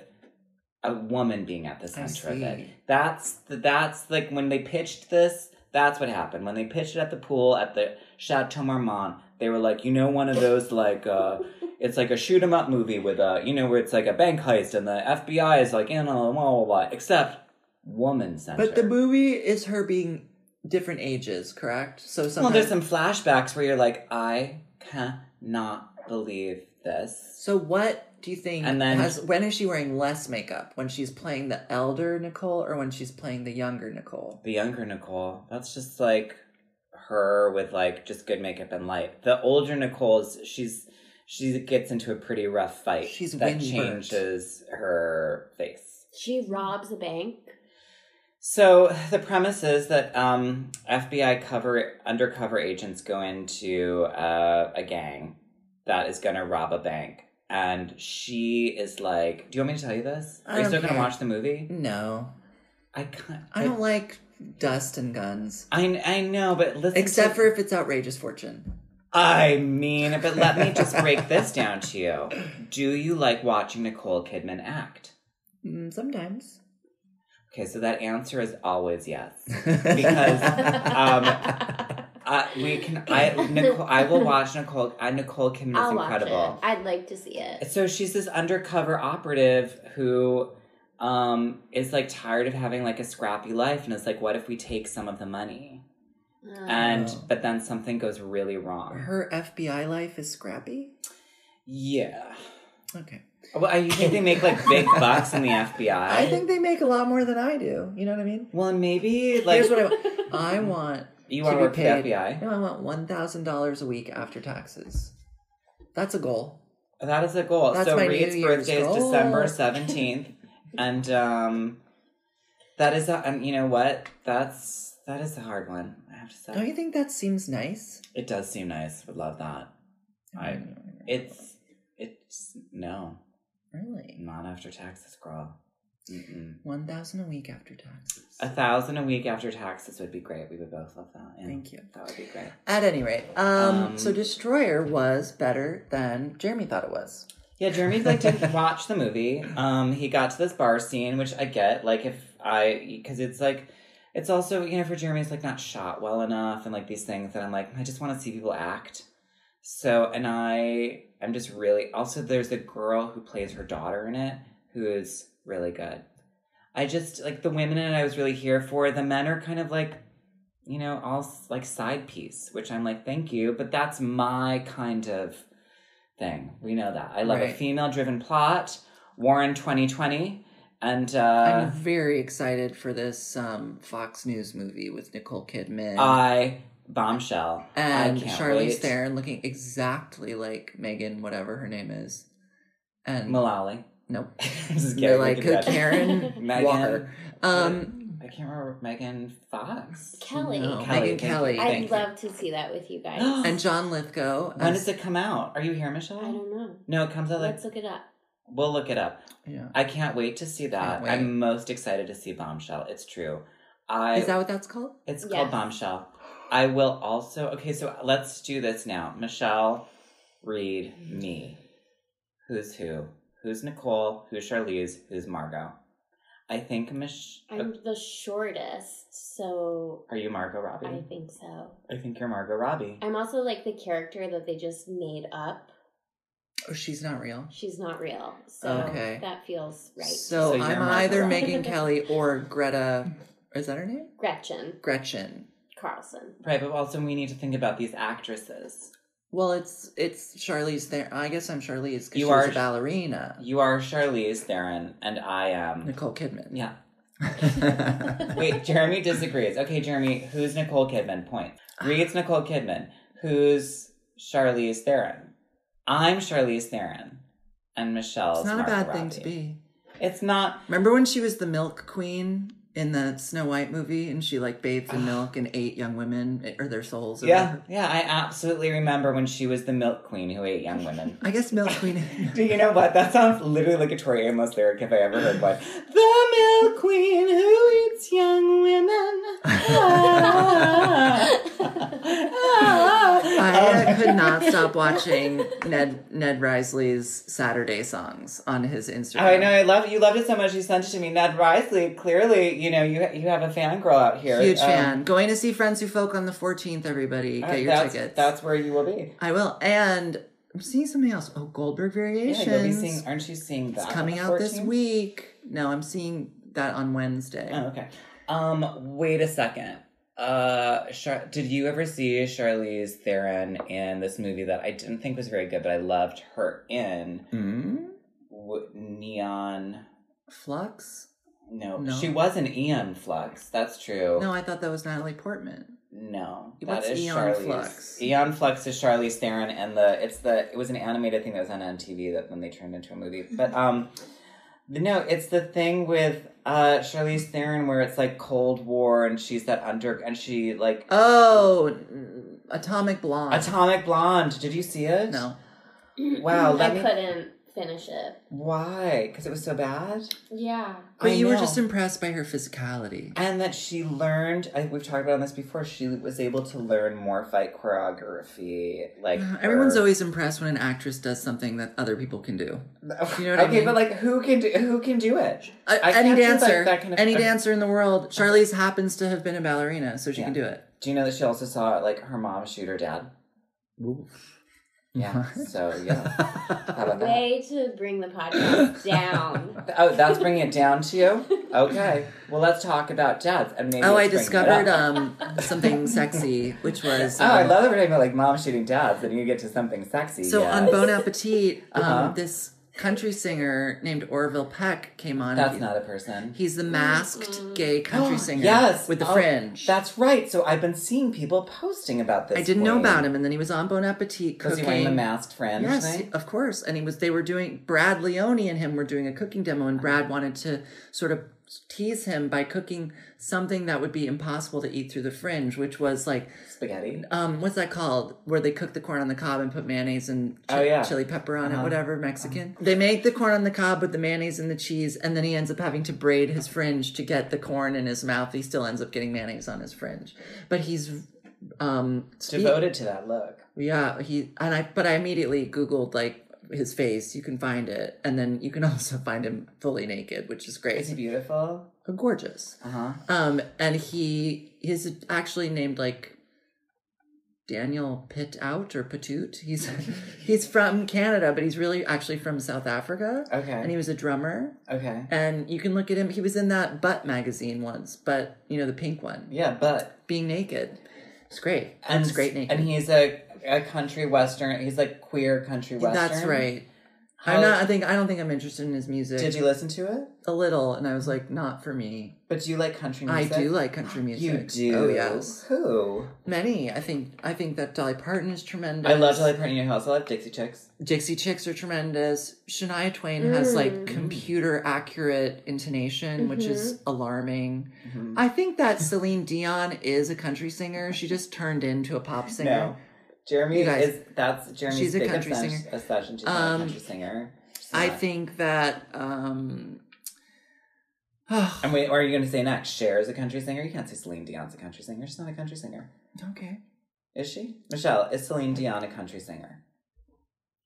Speaker 2: a woman being at the center of it.
Speaker 1: see.
Speaker 2: That's the, that's like when they pitched this. That's what happened when they pitched it at the pool at the Chateau Marmont. They were like, you know, one of those like uh, it's like a shoot 'em up movie with a you know where it's like a bank heist and the FBI is like "Eh, in on it, blah blah blah. Except woman centered.
Speaker 1: But the movie is her being different ages, correct? So
Speaker 2: Well, there's
Speaker 1: sometimes
Speaker 2: some flashbacks where you're like, I cannot believe this.
Speaker 1: So what do you think?
Speaker 2: And then-
Speaker 1: has, when is she wearing less makeup? When she's playing the elder Nicole or when she's playing the younger Nicole?
Speaker 2: The younger Nicole, that's just like her with like just good makeup and light. The older Nicole's, she's she gets into a pretty rough fight
Speaker 1: She's
Speaker 2: that
Speaker 1: windburnt.
Speaker 2: changes her face.
Speaker 3: She robs a bank.
Speaker 2: So the premise is that um, FBI cover undercover agents go into uh, a gang that is going to rob a bank, and she is like, "Do you want me to tell you this?
Speaker 1: I
Speaker 2: Are you
Speaker 1: don't
Speaker 2: still going to
Speaker 1: care.
Speaker 2: watch the movie?"
Speaker 1: No,
Speaker 2: I can't.
Speaker 1: I don't like dust and guns,
Speaker 2: I, I know, but listen.
Speaker 1: except
Speaker 2: to-
Speaker 1: for if it's outrageous fortune.
Speaker 2: I mean, but let me just break this down to you. Do you like watching Nicole Kidman act?
Speaker 1: Mm, sometimes.
Speaker 2: Okay, so that answer is always yes. Because, um, Uh, we can. I Nicole. I will watch Nicole. Uh, Nicole Kidman is
Speaker 3: I'll watch
Speaker 2: incredible.
Speaker 3: it. I'd like to see it.
Speaker 2: So she's this undercover operative who um is like tired of having like a scrappy life and is like what if we take some of the money
Speaker 3: Um,
Speaker 2: and
Speaker 1: Oh.
Speaker 2: but then something goes really wrong
Speaker 1: her FBI life is scrappy.
Speaker 2: yeah
Speaker 1: Okay.
Speaker 2: well I, you think they make like big bucks in the fbi
Speaker 1: I think they make a lot more than I do. You know what I mean?
Speaker 2: well and maybe like
Speaker 1: Here's what I want. I want.
Speaker 2: you
Speaker 1: to
Speaker 2: want to
Speaker 1: be
Speaker 2: work for the
Speaker 1: paid.
Speaker 2: fbi
Speaker 1: No, I want one thousand dollars a week after taxes. That's a goal.
Speaker 2: that is a goal
Speaker 1: That's
Speaker 2: so
Speaker 1: my New
Speaker 2: reed's
Speaker 1: Year's
Speaker 2: birthday
Speaker 1: goal.
Speaker 2: is december 17th and um that is a, and you know what that's that is a hard one i have to say
Speaker 1: Don't you think that seems nice?
Speaker 2: It does seem nice. Would love that. I. It's. Mm. It's no,
Speaker 1: really
Speaker 2: not after taxes, girl. Mm-mm.
Speaker 1: one thousand a week after taxes.
Speaker 2: A thousand a week after taxes would be great. We would both love that. Yeah,
Speaker 1: Thank you.
Speaker 2: That would be great.
Speaker 1: At any rate, um,
Speaker 2: Um,
Speaker 1: so Destroyer was better than Jeremy thought it was.
Speaker 2: Yeah, Jeremy like to watch the movie. Um, he got to this bar scene, which I get. Like if I, because it's like, it's also you know for Jeremy it's like not shot well enough and like these things that I'm like I just want to see people act. So and I I'm just really also there's the girl who plays her daughter in it who is really good. I just like the women in it I was really here for. The men are kind of like you know all s- like side piece, which I'm like thank you, but that's my kind of thing. We know that. I love a
Speaker 1: Right.
Speaker 2: female driven plot. Warren 2020 and uh
Speaker 1: I'm very excited for this um, Fox News movie with Nicole Kidman
Speaker 2: I bombshell.
Speaker 1: and
Speaker 2: I can't
Speaker 1: Charlize
Speaker 2: wait.
Speaker 1: Theron looking exactly like Megan, whatever her name is, and
Speaker 2: Malali.
Speaker 1: nope,
Speaker 2: I'm just
Speaker 1: they're
Speaker 2: kidding.
Speaker 1: like
Speaker 2: Look at that.
Speaker 1: Karen
Speaker 2: Megan-
Speaker 1: Walker. Um,
Speaker 2: I can't remember Megan Fox.
Speaker 3: Kelly.
Speaker 1: no,
Speaker 2: Kelly,
Speaker 1: Megan
Speaker 2: thank you.
Speaker 1: Kelly.
Speaker 2: I- thank
Speaker 3: I'd
Speaker 2: you.
Speaker 3: love to see that with you guys.
Speaker 1: and John Lithgow.
Speaker 2: When
Speaker 1: as-
Speaker 2: does it come out? Are you here, Michelle?
Speaker 3: I don't know.
Speaker 2: No, it comes out like
Speaker 3: Let's look it up.
Speaker 2: we'll look it up.
Speaker 1: yeah.
Speaker 2: I can't wait to see that.
Speaker 1: Can't wait.
Speaker 2: I'm most excited to see Bombshell. It's true. I
Speaker 1: Is that what that's called?
Speaker 2: it's
Speaker 3: Yes.
Speaker 2: called Bombshell. I will also okay. So let's do this now. Michelle, read me. Who's who? Who's Nicole? Who's Charlize? Who's Margot? I think Mich.
Speaker 3: I'm the shortest, so
Speaker 2: Are you Margot Robbie?
Speaker 3: I think so.
Speaker 2: I think you're Margot Robbie.
Speaker 3: I'm also like the character that they just made up.
Speaker 1: Oh, she's not real.
Speaker 3: She's not real. So
Speaker 1: Okay.
Speaker 3: that feels right.
Speaker 1: So,
Speaker 2: So you're
Speaker 1: I'm
Speaker 2: Margot
Speaker 1: either
Speaker 2: Robbie.
Speaker 1: Megan Kelly or Greta. Is that her name?
Speaker 3: Gretchen
Speaker 1: Gretchen.
Speaker 3: Carlson.
Speaker 2: Right, but also we need to think about these actresses.
Speaker 1: Well, it's it's Charlize there. I guess I'm Charlize because
Speaker 2: You
Speaker 1: she was
Speaker 2: are-
Speaker 1: a ballerina.
Speaker 2: You are Charlize Theron, and I am.
Speaker 1: Nicole Kidman.
Speaker 2: Yeah. Wait, Jeremy disagrees. Okay, Jeremy, who's Nicole Kidman? Point. Reed's Nicole Kidman. Who's Charlize Theron? I'm Charlize Theron, and Michelle's.
Speaker 1: it's not a
Speaker 2: Margot
Speaker 1: bad thing
Speaker 2: Robbie.
Speaker 1: to be.
Speaker 2: It's not.
Speaker 1: Remember when she was the milk queen in the Snow White movie, and she like bathed in milk and ate young women eh, or their souls? Or
Speaker 2: Yeah,
Speaker 1: whatever?
Speaker 2: yeah. I absolutely remember when she was the milk queen who ate young women.
Speaker 1: I guess milk queen.
Speaker 2: Do you know what? That sounds literally like a Tori Amos lyric if I ever heard one. The milk queen who eats young women. Ah.
Speaker 1: I
Speaker 2: Um,
Speaker 1: uh, could not stop watching Ned Ned Risley's Saturday songs on his Instagram.
Speaker 2: I know I love you loved it so much you sent it to me. Ned Risley, clearly, you know, you you have a fangirl out here.
Speaker 1: Huge
Speaker 2: Um,
Speaker 1: fan. Going to see Friends Who Folk on the 14th, everybody.
Speaker 2: uh,
Speaker 1: Get your
Speaker 2: that's,
Speaker 1: tickets.
Speaker 2: That's where you will be.
Speaker 1: I will. And I'm seeing something else. Oh, Goldberg
Speaker 2: Yeah,
Speaker 1: Variations.
Speaker 2: you'll be seeing aren't you seeing that?
Speaker 1: it's
Speaker 2: on
Speaker 1: coming
Speaker 2: the
Speaker 1: out this
Speaker 2: 14th?
Speaker 1: week. No, I'm seeing that on Wednesday.
Speaker 2: Oh, okay. Um, wait a second. Uh, Char- did you ever see Charlize Theron in this movie that I didn't think was very good, but I loved her in
Speaker 1: Mm?
Speaker 2: w- Neon?
Speaker 1: Flux?
Speaker 2: No,
Speaker 1: No.
Speaker 2: she was in Eon Flux. That's true.
Speaker 1: No, I thought that was Natalie Portman.
Speaker 2: No, that
Speaker 1: What's
Speaker 2: is
Speaker 1: Eon
Speaker 2: Charlize.
Speaker 1: Flux?
Speaker 2: Eon Flux is Charlize Theron, and the it's the it was an animated thing that was on MTV that then they turned into a movie. But um, No, it's the thing with uh Charlize Theron where it's like Cold War and she's that under and she like
Speaker 1: Oh, Atomic Blonde.
Speaker 2: Atomic Blonde. Did you see it?
Speaker 1: no.
Speaker 2: Wow, let
Speaker 3: I
Speaker 2: me-
Speaker 3: couldn't finish it.
Speaker 2: Why? Because it was so bad.
Speaker 3: Yeah.
Speaker 1: But
Speaker 2: I
Speaker 1: you were
Speaker 2: know.
Speaker 1: just impressed by her physicality.
Speaker 2: and that she learned. I think we've talked about this before. She was able to learn more fight choreography. Like
Speaker 1: Uh-huh. Everyone's
Speaker 2: her-
Speaker 1: always impressed when an actress does something that other people can do. you know what I
Speaker 2: okay,
Speaker 1: mean?
Speaker 2: but like who can do who can do it?
Speaker 1: A-
Speaker 2: I
Speaker 1: any
Speaker 2: can't do that-
Speaker 1: dancer,
Speaker 2: that kind of-
Speaker 1: any dancer in the world. Charlize happens to have been a ballerina, so she
Speaker 2: Yeah.
Speaker 1: can do it.
Speaker 2: Do you know that she also saw like her mom shoot her dad? Yeah. so yeah. How about that?
Speaker 3: Way to bring the podcast down.
Speaker 2: Oh, that's bringing it down to you. Okay. Well, let's talk about dads and maybe.
Speaker 1: Oh, I
Speaker 2: it's bringing it
Speaker 1: discovered
Speaker 2: up.
Speaker 1: um, something sexy, which was
Speaker 2: Oh, I
Speaker 1: um,
Speaker 2: love that we're talking about like mom shooting dads, and you get to something sexy.
Speaker 1: so
Speaker 2: yes.
Speaker 1: on Bon Appetit. Um,
Speaker 2: Uh-huh.
Speaker 1: This country singer named Orville Peck came on.
Speaker 2: That's
Speaker 1: He-
Speaker 2: not a person.
Speaker 1: He's the masked gay country singer.
Speaker 2: Yes,
Speaker 1: with the
Speaker 2: Oh,
Speaker 1: fringe.
Speaker 2: That's right. So I've been seeing people posting about this.
Speaker 1: I didn't know
Speaker 2: queen.
Speaker 1: about him, and then he was on Bon Appetit
Speaker 2: Was
Speaker 1: cooking.
Speaker 2: he wearing the masked fringe?
Speaker 1: Yes,
Speaker 2: thing?
Speaker 1: of course. And he was. They were doing. Brad Leone and him were doing a cooking demo, and
Speaker 2: Uh-huh.
Speaker 1: Brad wanted to sort of tease him by cooking something that would be impossible to eat through the fringe, which was like
Speaker 2: Spaghetti.
Speaker 1: um, what's that called? Where they cook the corn on the cob and put mayonnaise and chi-
Speaker 2: Oh, yeah. Uh-huh.
Speaker 1: chili pepper on it, whatever Mexican. They make the corn on the cob with the mayonnaise and the cheese, and then he ends up having to braid his fringe to get the corn in his mouth. He still ends up getting mayonnaise on his fringe, but he's um, spe-
Speaker 2: Devoted to that look.
Speaker 1: yeah, he and I. But I immediately Googled like his face. You can find it, and then you can also find him fully naked, which is
Speaker 2: Is he
Speaker 1: great.
Speaker 2: beautiful?
Speaker 1: Gorgeous.
Speaker 2: Uh huh.
Speaker 1: Um, and he is actually named like Daniel Pitt Out or Patoot. He's he's from Canada, but he's really actually from South Africa. And he
Speaker 2: Okay.
Speaker 1: was a drummer.
Speaker 2: Okay.
Speaker 1: And you can look at him. He was in that Butt magazine once, but you know the pink one,
Speaker 2: Yeah, but
Speaker 1: being naked. It's great.
Speaker 2: and
Speaker 1: it's great naked.
Speaker 2: And he's a a country western. He's like queer country western.
Speaker 1: That's right.
Speaker 2: How-
Speaker 1: I'm not. I think I don't think I'm interested in his music.
Speaker 2: Did you listen to it?
Speaker 1: a little? And I was like, not for me.
Speaker 2: But do you like country music?
Speaker 1: I do like country music.
Speaker 2: You do.
Speaker 1: Oh yes,
Speaker 2: Who?
Speaker 1: many. I think. I think that Dolly Parton is tremendous.
Speaker 2: I love Dolly Parton. You also love Dixie Chicks.
Speaker 1: Dixie Chicks are tremendous. Shania Twain has
Speaker 2: Mm.
Speaker 1: like computer accurate intonation, which
Speaker 2: Mm-hmm.
Speaker 1: is alarming. I think that Celine Dion is a country singer. She just turned into a pop singer.
Speaker 2: No. Jeremy
Speaker 1: You guys-
Speaker 2: is that's Jeremy's
Speaker 1: She's a
Speaker 2: big
Speaker 1: country
Speaker 2: obsession,
Speaker 1: singer.
Speaker 2: obsession. She's not a
Speaker 1: Um,
Speaker 2: country singer. She's
Speaker 1: I
Speaker 2: not.
Speaker 1: think that um
Speaker 2: And wait, what are you going to say next? Cher is a country singer. You can't say Celine Dion's a country singer. She's not a country singer,
Speaker 1: okay.
Speaker 2: is she? Michelle, is Celine Dion a country singer?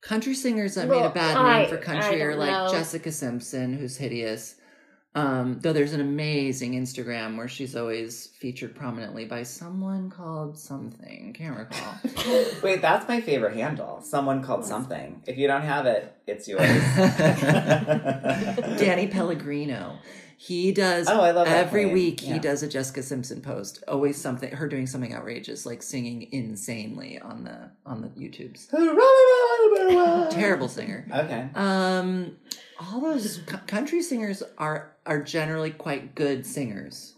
Speaker 1: Country singers that made
Speaker 3: Well,
Speaker 1: a bad
Speaker 3: I-
Speaker 1: name for country
Speaker 3: I
Speaker 1: are
Speaker 3: don't
Speaker 1: like
Speaker 3: know.
Speaker 1: Jessica Simpson, who's hideous. Um, though there's an amazing Instagram where she's always featured prominently by someone called something. Can't recall.
Speaker 2: Wait, that's my favorite handle. Someone called something. If you don't have it, it's yours.
Speaker 1: Danny Pellegrino. He does
Speaker 2: Oh, I love that
Speaker 1: every
Speaker 2: queen.
Speaker 1: week
Speaker 2: Yeah.
Speaker 1: he does a Jessica Simpson post. Always something her doing something outrageous, like singing insanely on the on the YouTubes. Terrible singer.
Speaker 2: Okay.
Speaker 1: Um all those c- country singers are are generally quite good singers.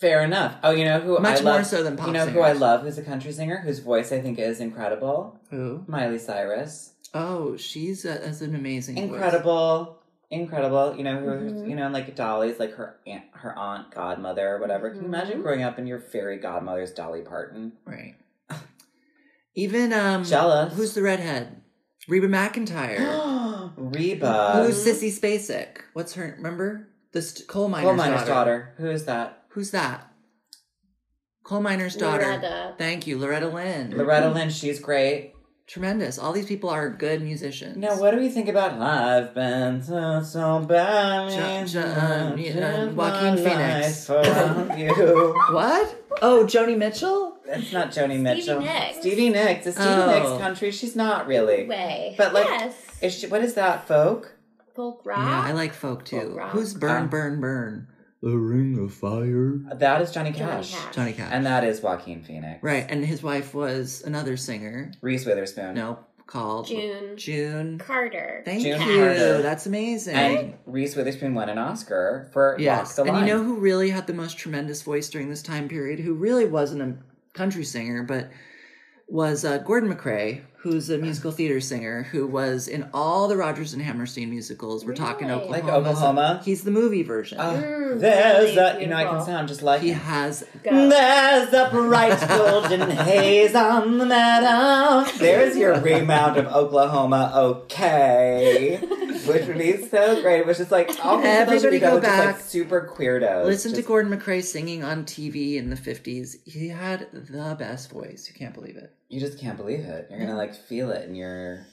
Speaker 2: Fair enough. Oh, you know who I
Speaker 1: Much
Speaker 2: love?
Speaker 1: more so than pop
Speaker 2: You know who
Speaker 1: singers.
Speaker 2: I love who's a country singer, whose voice I think is incredible?
Speaker 1: Who?
Speaker 2: Miley Cyrus.
Speaker 1: Oh, she's a, has an amazing voice.
Speaker 2: Incredible. Incredible, you know who,
Speaker 3: Mhm.
Speaker 1: Mm-hmm.
Speaker 2: you know, and, like Dolly's, like her aunt, her aunt, godmother, or whatever. Can you imagine
Speaker 1: Mm-hmm.
Speaker 3: Mhm.
Speaker 2: growing up and your fairy godmother's Dolly Parton?
Speaker 1: Right. Even um
Speaker 2: Jealous.
Speaker 1: who's the redhead? Reba McIntyre.
Speaker 2: Reba.
Speaker 1: Who's Sissy Spacek? What's her? Remember the st- coal miner's,
Speaker 2: coal miner's
Speaker 1: daughter.
Speaker 2: daughter. Who is that?
Speaker 1: Who's that? Coal miner's daughter.
Speaker 3: Loretta.
Speaker 1: Thank you, Loretta Lynn.
Speaker 2: Loretta Lynn. She's great.
Speaker 1: Tremendous. All these people are good musicians.
Speaker 2: Now, what do we think about I've been so, so bad?
Speaker 1: Jo- Jo-
Speaker 2: and
Speaker 1: um, yeah,
Speaker 2: lived
Speaker 1: Joaquin
Speaker 2: my
Speaker 1: Phoenix.
Speaker 2: life around you.
Speaker 1: What? Oh, Joni Mitchell.
Speaker 2: That's not Joni Mitchell.
Speaker 3: Nicks.
Speaker 2: Stevie Nicks. Is Stevie
Speaker 1: Oh.
Speaker 2: Nicks country? She's not really.
Speaker 3: Way.
Speaker 2: But, like,
Speaker 3: yes.
Speaker 2: Is she, what is that, folk?
Speaker 3: Folk
Speaker 1: Yeah,
Speaker 3: rock.
Speaker 1: I like folk too.
Speaker 3: Folk rock.
Speaker 1: Who's Burn,
Speaker 2: Um,
Speaker 1: Burn, Burn? The Ring of Fire.
Speaker 2: That is Johnny
Speaker 3: Johnny
Speaker 2: Cash.
Speaker 3: Cash.
Speaker 1: Johnny Cash.
Speaker 2: And that is Joaquin Phoenix.
Speaker 1: right, and his wife was another singer.
Speaker 2: Reese Witherspoon.
Speaker 1: No, called
Speaker 3: June.
Speaker 1: June.
Speaker 3: Carter.
Speaker 1: Thank
Speaker 2: June
Speaker 1: you.
Speaker 2: Carter.
Speaker 1: That's amazing.
Speaker 2: And Reese Witherspoon won an Oscar for Walk
Speaker 1: Yes,
Speaker 2: the
Speaker 1: and
Speaker 2: Line.
Speaker 1: you know who really had the most tremendous voice during this time period? Who really wasn't a country singer, but was uh, Gordon McRae, who's a musical theater singer who was in all the Rogers and Hammerstein musicals. We're talking
Speaker 3: Really?
Speaker 1: Oklahoma.
Speaker 3: Like
Speaker 2: Oklahoma?
Speaker 1: He's the movie version.
Speaker 2: Oh,
Speaker 3: Mm,
Speaker 2: There's
Speaker 3: really
Speaker 2: a, you know, I can
Speaker 3: beautiful.
Speaker 2: sound just like
Speaker 1: he
Speaker 2: him.
Speaker 1: has
Speaker 3: Go.
Speaker 2: There's a bright golden haze on the meadow. There's your remount of Oklahoma, okay. Which would be so great. It was just like all
Speaker 1: Everybody go
Speaker 2: just like
Speaker 1: back.
Speaker 2: super weirdos.
Speaker 1: Listen to
Speaker 2: Just-
Speaker 1: Gordon McRae singing on TV in the 50s. He had the best voice. You can't believe it.
Speaker 2: you just can't believe it. You're gonna like feel it in your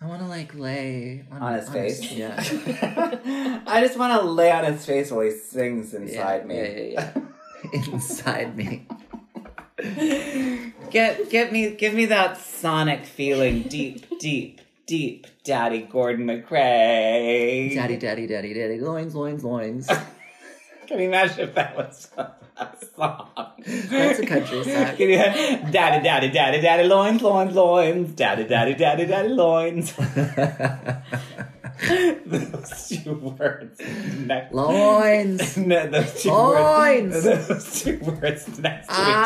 Speaker 1: I want to like lay on,
Speaker 2: on his face.
Speaker 1: yeah.
Speaker 2: I just want to lay on his face while he sings inside
Speaker 1: yeah,
Speaker 2: me.
Speaker 1: Yeah, yeah, yeah. inside me.
Speaker 2: Get get me give me that sonic feeling deep, deep, deep, Daddy Gordon McRae.
Speaker 1: Daddy, daddy, daddy, daddy. Loins, loins, loins.
Speaker 2: Can you imagine if that was a song?
Speaker 1: That's a country song.
Speaker 2: Can you, daddy, daddy, daddy, daddy, loins, loins, loins. Daddy, daddy, daddy, daddy, loins. those two words. Next.
Speaker 1: loins.
Speaker 2: No, those two
Speaker 1: Loins.
Speaker 2: words. Those two words next to each other are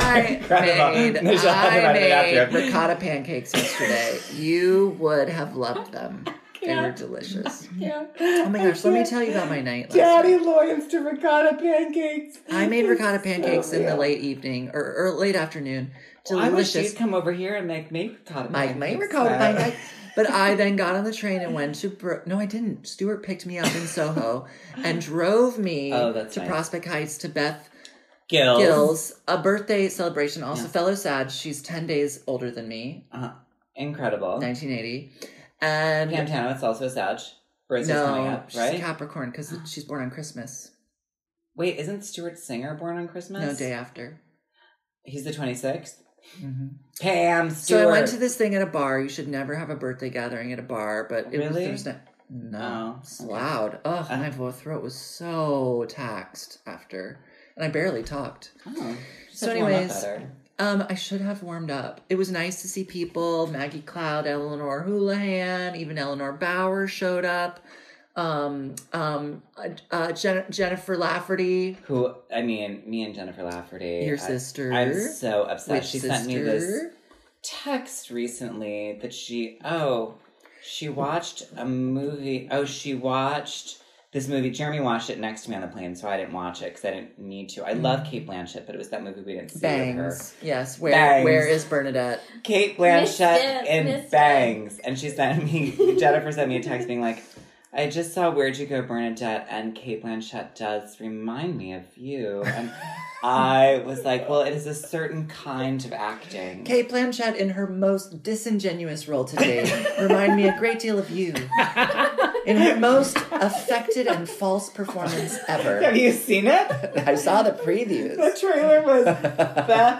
Speaker 1: I
Speaker 2: incredible.
Speaker 1: made,
Speaker 2: Michelle, I'll have to
Speaker 1: I
Speaker 2: write it
Speaker 1: made
Speaker 2: after.
Speaker 1: ricotta pancakes yesterday. You would have loved them. They were delicious. Oh my gosh, let me tell you about my night. Last
Speaker 2: Daddy
Speaker 1: night.
Speaker 2: loins to ricotta pancakes.
Speaker 1: I made ricotta
Speaker 2: Oh,
Speaker 1: pancakes in the
Speaker 2: real.
Speaker 1: late evening or, or late afternoon.
Speaker 2: I wish
Speaker 1: Delicious.
Speaker 2: you'd come over here and make me ricotta
Speaker 1: my
Speaker 2: pancakes.
Speaker 1: my ricotta
Speaker 2: Sarah.
Speaker 1: pancakes. But I then got on the train and went to Bro- no, I didn't. Stuart picked me up in Soho and drove me
Speaker 2: Oh, that's
Speaker 1: to
Speaker 2: nice.
Speaker 1: Prospect Heights to Beth
Speaker 2: Gills.
Speaker 1: Gill's a birthday celebration. Also,
Speaker 2: Yeah.
Speaker 1: fellow Sad. She's ten days older than me,
Speaker 2: Uh, incredible.
Speaker 1: 1980, and
Speaker 2: Pantano, it's also a Sag. Brisbane's coming
Speaker 1: no,
Speaker 2: up,
Speaker 1: she's
Speaker 2: right?
Speaker 1: a Capricorn because she's born on Christmas.
Speaker 2: Wait, isn't Stuart Singer born on Christmas?
Speaker 1: No day after.
Speaker 2: He's the 26th.
Speaker 1: Mm-hmm.
Speaker 2: Pam
Speaker 1: So
Speaker 2: Stewart.
Speaker 1: I went to this thing at a bar. You should never have a birthday gathering at a bar, but it was
Speaker 2: Really?
Speaker 1: Thursday. No,
Speaker 2: Oh, Uh-huh.
Speaker 1: it's loud. Ugh, my vo- throat was so taxed after, and I barely talked.
Speaker 2: Oh,
Speaker 1: So anyways, Um, I should have warmed up. It was nice to see people. Maggie Cloud, Eleanor Houlihan, even Eleanor Bauer showed up. Um, um, uh, uh, Jen- Jennifer Lafferty,
Speaker 2: who I mean, me and Jennifer Lafferty.
Speaker 1: your
Speaker 2: I-
Speaker 1: sister.
Speaker 2: I'm so upset.
Speaker 1: which
Speaker 2: she sent me this
Speaker 1: sister?
Speaker 2: text recently that she oh she watched a movie. Oh, she watched this movie. Jeremy watched it next to me on the plane, so I didn't watch it because I didn't need to. I love Kate Blanchett, but it was that movie we didn't see with her.
Speaker 1: Bangs. Yes. Where
Speaker 2: Bangs.
Speaker 1: Where is Bernadette?
Speaker 2: Kate
Speaker 3: Missed
Speaker 2: Blanchett
Speaker 3: it,
Speaker 2: in
Speaker 3: missed it.
Speaker 2: bangs. And she sent me, Jennifer sent me a text being like, I just saw Where'd You Go, Bernadette, and Kate Blanchett does remind me of you. And I was like, well, it is a certain kind of acting.
Speaker 1: Kate Blanchett, in her most disingenuous role today, remind me a great deal of you. In her most affected and false performance
Speaker 2: Have
Speaker 1: ever.
Speaker 2: you seen it?
Speaker 1: I saw the
Speaker 2: The
Speaker 1: previews.
Speaker 2: trailer was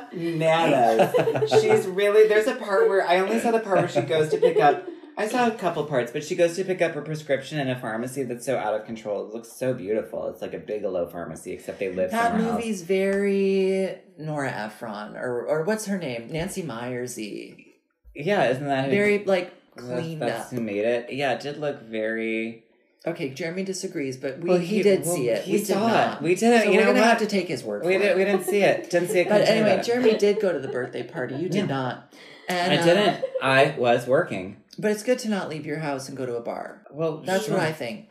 Speaker 2: bananas. She's really there's a part where I only saw the part where she goes to pick up. I saw a couple parts, but she goes to pick up her prescription in a pharmacy that's so out of control. It looks so beautiful. It's like a Bigelow pharmacy, except they live
Speaker 1: That
Speaker 2: somewhere else.
Speaker 1: movie's very Nora Ephron, or or what's her name, Nancy Myersy.
Speaker 2: Yeah, isn't that
Speaker 1: Very like
Speaker 2: that's-
Speaker 1: cleaned
Speaker 2: that's
Speaker 1: up.
Speaker 2: who made it? Yeah, it did look very.
Speaker 1: Okay, Jeremy disagrees, but we
Speaker 2: Well,
Speaker 1: he,
Speaker 2: he-
Speaker 1: did
Speaker 2: well,
Speaker 1: see it.
Speaker 2: he
Speaker 1: we did
Speaker 2: saw it.
Speaker 1: not.
Speaker 2: We didn't.
Speaker 1: So
Speaker 2: You
Speaker 1: we're
Speaker 2: know
Speaker 1: gonna
Speaker 2: what?
Speaker 1: have to take his word
Speaker 2: We
Speaker 1: for
Speaker 2: did.
Speaker 1: it.
Speaker 2: We didn't see it. Didn't see it.
Speaker 1: but
Speaker 2: couldn't tell you
Speaker 1: anyway,
Speaker 2: about it.
Speaker 1: Jeremy did go to the birthday party. You did not. And,
Speaker 2: I
Speaker 1: uh,
Speaker 2: didn't. I was working.
Speaker 1: But it's good to not leave your house and go to a bar.
Speaker 2: Well,
Speaker 1: That's
Speaker 2: sure.
Speaker 1: what I think.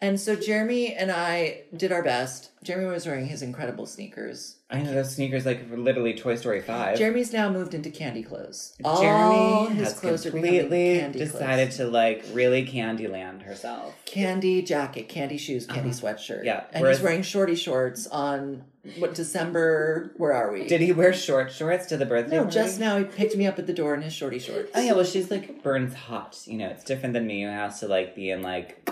Speaker 1: And so Jeremy and I did our best. Jeremy was wearing his incredible sneakers.
Speaker 2: I know those sneakers like were literally Toy Story Five.
Speaker 1: Jeremy's now moved into candy clothes. All
Speaker 2: Jeremy
Speaker 1: his
Speaker 2: has
Speaker 1: clothes are becoming
Speaker 2: completely
Speaker 1: candy clothes.
Speaker 2: decided to like really Candyland herself.
Speaker 1: candy jacket, candy shoes, candy sweatshirt.
Speaker 2: Uh-huh. Yeah,
Speaker 1: and
Speaker 2: whereas-
Speaker 1: he's wearing shorty shorts on what December? Where are we?
Speaker 2: Did he wear short shorts to the birthday?
Speaker 1: no,
Speaker 2: party?
Speaker 1: just now he picked me up at the door in his shorty shorts.
Speaker 2: Oh yeah, well she's like burns hot. You know, it's different than me who has to like be in like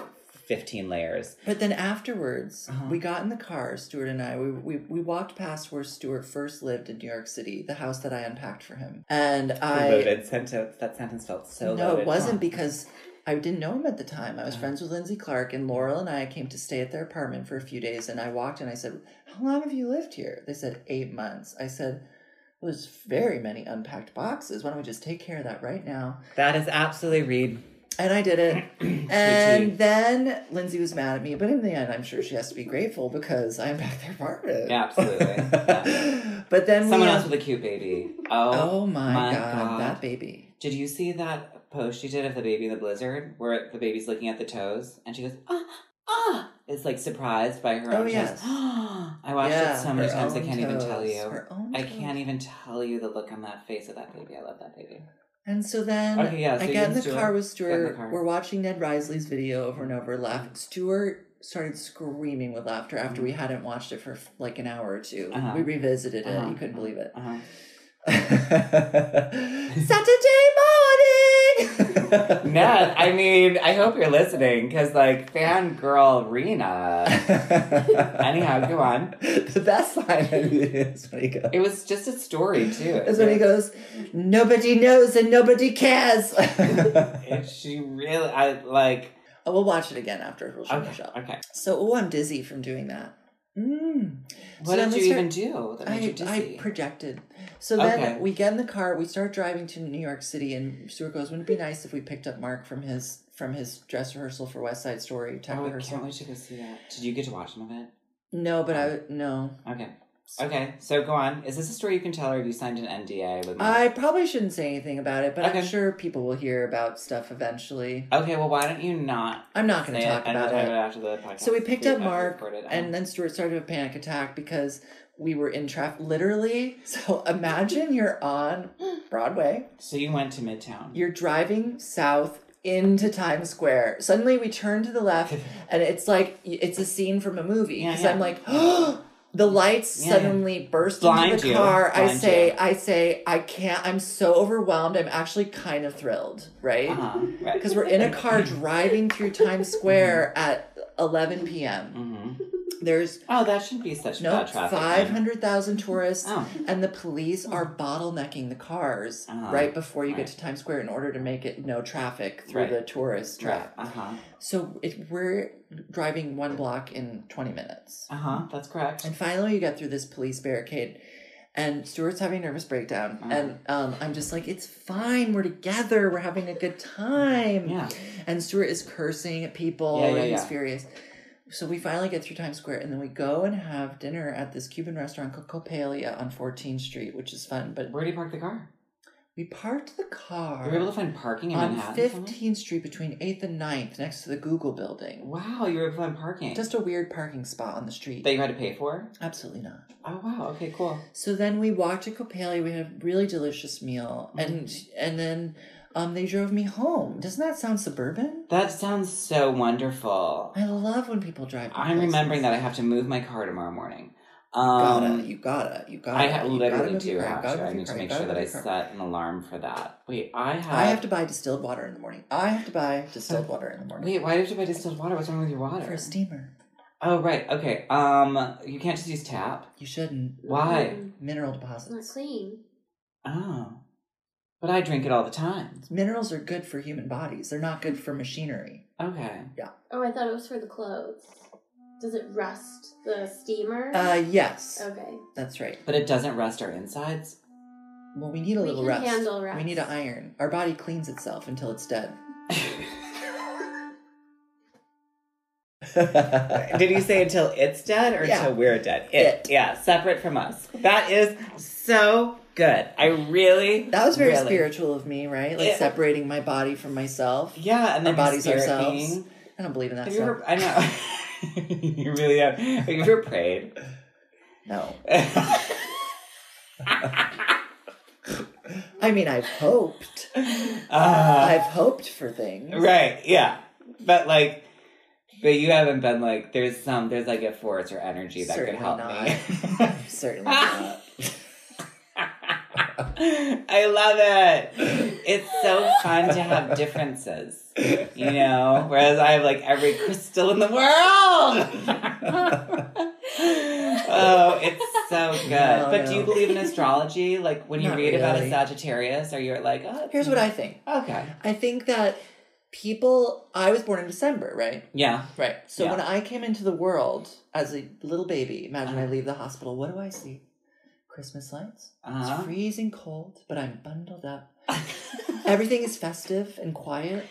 Speaker 2: fifteen layers.
Speaker 1: But then afterwards,
Speaker 2: Uh-huh.
Speaker 1: we got in the car, Stuart and I. We, we we walked past where Stuart first lived in New York City, the house that I unpacked for him. And I
Speaker 2: loaded sentence. That Uh-huh. sentence felt so.
Speaker 1: no,
Speaker 2: loaded.
Speaker 1: it wasn't
Speaker 2: Huh.
Speaker 1: because I didn't know him at the time. I was friends with Lindsay Clark, and Laurel and I came to stay at their apartment for a few days. And I walked and I said, "How long have you lived here?" They said, eight months." I said. "Well, There's very many unpacked boxes. Why don't we just take care of that right now?
Speaker 2: That is absolutely Reed.
Speaker 1: And I did it. and then Lindsay was mad at me, but in the end, I'm sure she has to be grateful because I'm back there farted.
Speaker 2: Yeah, absolutely. Yeah.
Speaker 1: but then
Speaker 2: Someone
Speaker 1: we,
Speaker 2: else with a cute baby. Oh,
Speaker 1: Oh my,
Speaker 2: my
Speaker 1: god,
Speaker 2: God.
Speaker 1: that baby.
Speaker 2: did you see that post she did of the baby in the blizzard where the baby's looking at the toes and she goes, ah, ah, is like surprised by her
Speaker 1: Oh,
Speaker 2: own toes.
Speaker 1: yes.
Speaker 2: I watched it
Speaker 1: Yeah,
Speaker 2: so many
Speaker 1: her
Speaker 2: times I
Speaker 1: own
Speaker 2: can't even tell
Speaker 1: toes,
Speaker 2: you.
Speaker 1: her own
Speaker 2: I
Speaker 1: toes.
Speaker 2: can't even tell you the look on that face of that baby. I love that baby.
Speaker 1: And so then
Speaker 2: Okay, yeah, so
Speaker 1: I
Speaker 2: you
Speaker 1: got in
Speaker 2: and
Speaker 1: the
Speaker 2: Stuart-
Speaker 1: car with
Speaker 2: in the
Speaker 1: Stuart.
Speaker 2: car.
Speaker 1: We're watching Ned Risley's video over and over, laughing. Stuart started screaming with laughter after we hadn't watched it for like an hour or 2
Speaker 2: Mm-hmm. Uh-huh.
Speaker 1: We revisited it.
Speaker 2: Uh-huh.
Speaker 1: You couldn't believe it.
Speaker 2: Uh-huh.
Speaker 1: Saturday morning.
Speaker 2: Ned, I mean, I hope you're listening because, like, fangirl Rena. Anyhow, go on.
Speaker 1: The best line I mean, is when he goes.
Speaker 2: It was just a story, too.
Speaker 1: Is when he goes, nobody knows and nobody cares.
Speaker 2: If she really, I like.
Speaker 1: I will watch it again after we'll show
Speaker 2: Okay,
Speaker 1: Michelle.
Speaker 2: okay.
Speaker 1: So, oh, I'm dizzy from doing that. Mm.
Speaker 2: What
Speaker 1: then
Speaker 2: did
Speaker 1: we
Speaker 2: you
Speaker 1: start-
Speaker 2: even do that made you
Speaker 1: I, I
Speaker 2: dizzy?
Speaker 1: projected. So then
Speaker 2: Okay.
Speaker 1: we get in the car. We start driving to New York City, and Stuart goes, "Wouldn't it be nice if we picked up Mark from his from his dress rehearsal for West Side Story tech
Speaker 2: oh, I
Speaker 1: rehearsal?"
Speaker 2: can't wait to go see that. Did you get to watch some of it?
Speaker 1: No,
Speaker 2: Oh.
Speaker 1: but I no.
Speaker 2: Okay. Okay, so go on. Is this a story you can tell, or have you signed an NDA with me?
Speaker 1: I probably shouldn't say anything about it, but I'm
Speaker 2: Okay.
Speaker 1: sure people will hear about stuff eventually.
Speaker 2: okay, well, why don't you not
Speaker 1: I'm not going
Speaker 2: say
Speaker 1: to talk
Speaker 2: it and we'll
Speaker 1: about
Speaker 2: talk
Speaker 1: it.
Speaker 2: about it after the podcast?
Speaker 1: So we picked
Speaker 2: After
Speaker 1: up
Speaker 2: we Uh-huh.
Speaker 1: Mark,
Speaker 2: record it.
Speaker 1: and then Stuart started a panic attack because we were in traffic. Literally, so imagine you're on Broadway,
Speaker 2: so you went to Midtown.
Speaker 1: you're driving south into Times Square. Suddenly, we turn to the left, and it's like it's a scene from a movie.
Speaker 2: Yeah,
Speaker 1: Because
Speaker 2: yeah.
Speaker 1: I'm like, the lights
Speaker 2: Yeah, yeah.
Speaker 1: suddenly burst
Speaker 2: Blind
Speaker 1: into the
Speaker 2: you.
Speaker 1: car. I
Speaker 2: Blind
Speaker 1: say,
Speaker 2: you.
Speaker 1: I say, I can't. I'm so overwhelmed. I'm actually kind of thrilled, right?
Speaker 2: Uh-huh, right.
Speaker 1: Because we're in a car driving through Times Square
Speaker 2: Mm-hmm.
Speaker 1: at 11 p.m.
Speaker 2: hmm
Speaker 1: There's
Speaker 2: Oh, that shouldn't be such
Speaker 1: no
Speaker 2: bad traffic.
Speaker 1: five hundred thousand tourists,
Speaker 2: Oh.
Speaker 1: and the police are bottlenecking the cars
Speaker 2: Uh-huh.
Speaker 1: right before you
Speaker 2: Right.
Speaker 1: get to Times Square in order to make it no traffic through
Speaker 2: Right.
Speaker 1: the tourist trap.
Speaker 2: Uh huh.
Speaker 1: So it, we're driving one block in twenty minutes,
Speaker 2: Uh huh. That's correct.
Speaker 1: and finally you get through this police barricade. And Stuart's having a nervous breakdown,
Speaker 2: Uh-huh.
Speaker 1: and um, I'm just like, "It's fine. We're together. We're having a good time."
Speaker 2: Mm-hmm. Yeah.
Speaker 1: And Stuart is cursing at people
Speaker 2: Yeah, yeah,
Speaker 1: and he's
Speaker 2: yeah.
Speaker 1: furious. So we finally get through Times Square and then we go and have dinner at this Cuban restaurant called Copalia on 14th Street, which is fun. But
Speaker 2: Where do you park the car?
Speaker 1: we parked the car
Speaker 2: Were you able to find parking in
Speaker 1: on
Speaker 2: Manhattan? somewhere?
Speaker 1: 15th Street between 8th and 9th next to the Google building.
Speaker 2: Wow, you were able to find parking
Speaker 1: Just a weird parking spot on the street.
Speaker 2: that you had to pay for.
Speaker 1: Absolutely not.
Speaker 2: Oh wow. Okay, cool.
Speaker 1: So then we walked to Copalia. We had a really delicious
Speaker 2: Mm-hmm.
Speaker 1: meal. And and then um, they drove me home. Doesn't that sound suburban?
Speaker 2: That sounds so wonderful.
Speaker 1: I love when people drive. to
Speaker 2: I'm remembering
Speaker 1: places.
Speaker 2: that I have to move my car tomorrow morning.
Speaker 1: gotta,
Speaker 2: Um,
Speaker 1: you gotta, you gotta.
Speaker 2: I ha-
Speaker 1: you gotta
Speaker 2: literally
Speaker 1: move
Speaker 2: do
Speaker 1: your car,
Speaker 2: have
Speaker 1: gotta
Speaker 2: to.
Speaker 1: move
Speaker 2: I
Speaker 1: your
Speaker 2: need to
Speaker 1: car,
Speaker 2: make
Speaker 1: gotta
Speaker 2: sure that I
Speaker 1: move your car.
Speaker 2: set an alarm for that. Wait, I have.
Speaker 1: I have to buy distilled water in the morning. I have to buy distilled water in the morning.
Speaker 2: Wait, why did you buy distilled water? What's wrong with your water?
Speaker 1: for a steamer.
Speaker 2: Oh right, okay. Um, you can't just use tap.
Speaker 1: You shouldn't.
Speaker 2: Why?
Speaker 3: Mm,
Speaker 1: Mineral
Speaker 3: It's not
Speaker 1: deposits.
Speaker 3: clean.
Speaker 2: Oh, but I drink it all the time.
Speaker 1: Minerals are good for human bodies. They're not good for machinery.
Speaker 2: Okay.
Speaker 3: Oh, I thought it was for the clothes. Does it rust the steamer?
Speaker 1: Uh, yes,
Speaker 3: okay.
Speaker 1: that's right.
Speaker 2: But it doesn't rust our insides.
Speaker 1: Well, we need a
Speaker 3: We
Speaker 1: little
Speaker 3: can
Speaker 1: rest.
Speaker 3: handle rest.
Speaker 1: We need to iron. Our body cleans itself until it's dead.
Speaker 2: Did you say until it's dead or
Speaker 1: Yeah.
Speaker 2: until we're dead?
Speaker 1: It.
Speaker 2: Yeah, separate from us. That is so good. I really.
Speaker 1: That was very
Speaker 2: really-
Speaker 1: spiritual of me, right? Like
Speaker 2: Yeah.
Speaker 1: separating my body from myself.
Speaker 2: Yeah, and then
Speaker 1: Our bodies
Speaker 2: spirit
Speaker 1: ourselves.
Speaker 2: being.
Speaker 1: I don't believe in that
Speaker 2: Have you
Speaker 1: stuff.
Speaker 2: ever? I know. you really have. Have you ever prayed?
Speaker 1: No.
Speaker 2: um,
Speaker 1: I mean, I've hoped. I've hoped for things.
Speaker 2: Right, yeah. But like but you haven't been like there's some there's like a force or energy that
Speaker 1: Certainly
Speaker 2: could help
Speaker 1: Certainly not.
Speaker 2: me. I love it. It's so fun to have differences. You know? Whereas I have like every crystal in the world. oh, it's so good.
Speaker 1: No,
Speaker 2: but do
Speaker 1: no.
Speaker 2: you believe in astrology? Like when you
Speaker 1: Not
Speaker 2: read about a
Speaker 1: really.
Speaker 2: Sagittarius, are you like, oh,
Speaker 1: Here's what I think
Speaker 2: Okay.
Speaker 1: I think that people, I was born in December, right?
Speaker 2: Yeah.
Speaker 1: Right. So
Speaker 2: Yeah.
Speaker 1: when I came into the world as a little baby, imagine I leave the hospital, what do I see? Christmas lights. It's
Speaker 2: Uh-huh.
Speaker 1: freezing cold, but I'm bundled up. Everything is festive and quiet.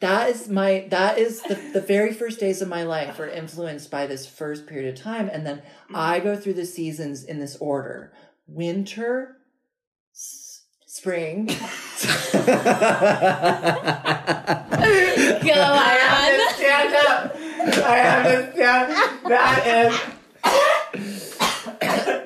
Speaker 1: that is my that is the, the very first days of my life are influenced by this first period of time and then i go through the seasons in this order winter s- spring
Speaker 3: Go on.
Speaker 2: Stand up. I have to stand. That is.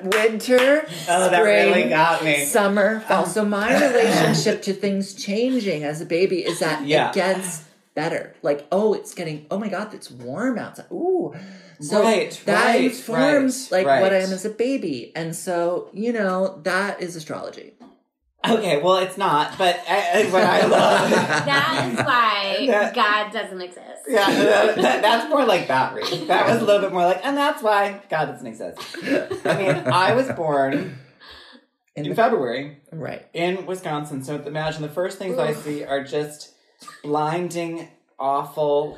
Speaker 1: winter
Speaker 2: Oh, that
Speaker 1: spring
Speaker 2: really got me.
Speaker 1: summer fall so my relationship to things changing as a baby is that
Speaker 2: Yeah.
Speaker 1: it gets better like oh it's getting oh my god it's warm outside ooh so
Speaker 2: Right,
Speaker 1: that
Speaker 2: right,
Speaker 1: informs
Speaker 2: right,
Speaker 1: like what i
Speaker 2: right.
Speaker 1: am as a baby and so you know that is astrology
Speaker 2: Okay, well, it's not, but I, I- what I love.
Speaker 3: That is why
Speaker 2: That-
Speaker 3: God doesn't exist.
Speaker 2: Yeah, that, that- that's more like that read. That was a little bit more like, and that's why God doesn't exist. I mean, I was born
Speaker 1: In
Speaker 2: in
Speaker 1: the-
Speaker 2: February
Speaker 1: right
Speaker 2: in Wisconsin, so imagine the first things I see are just blinding, awful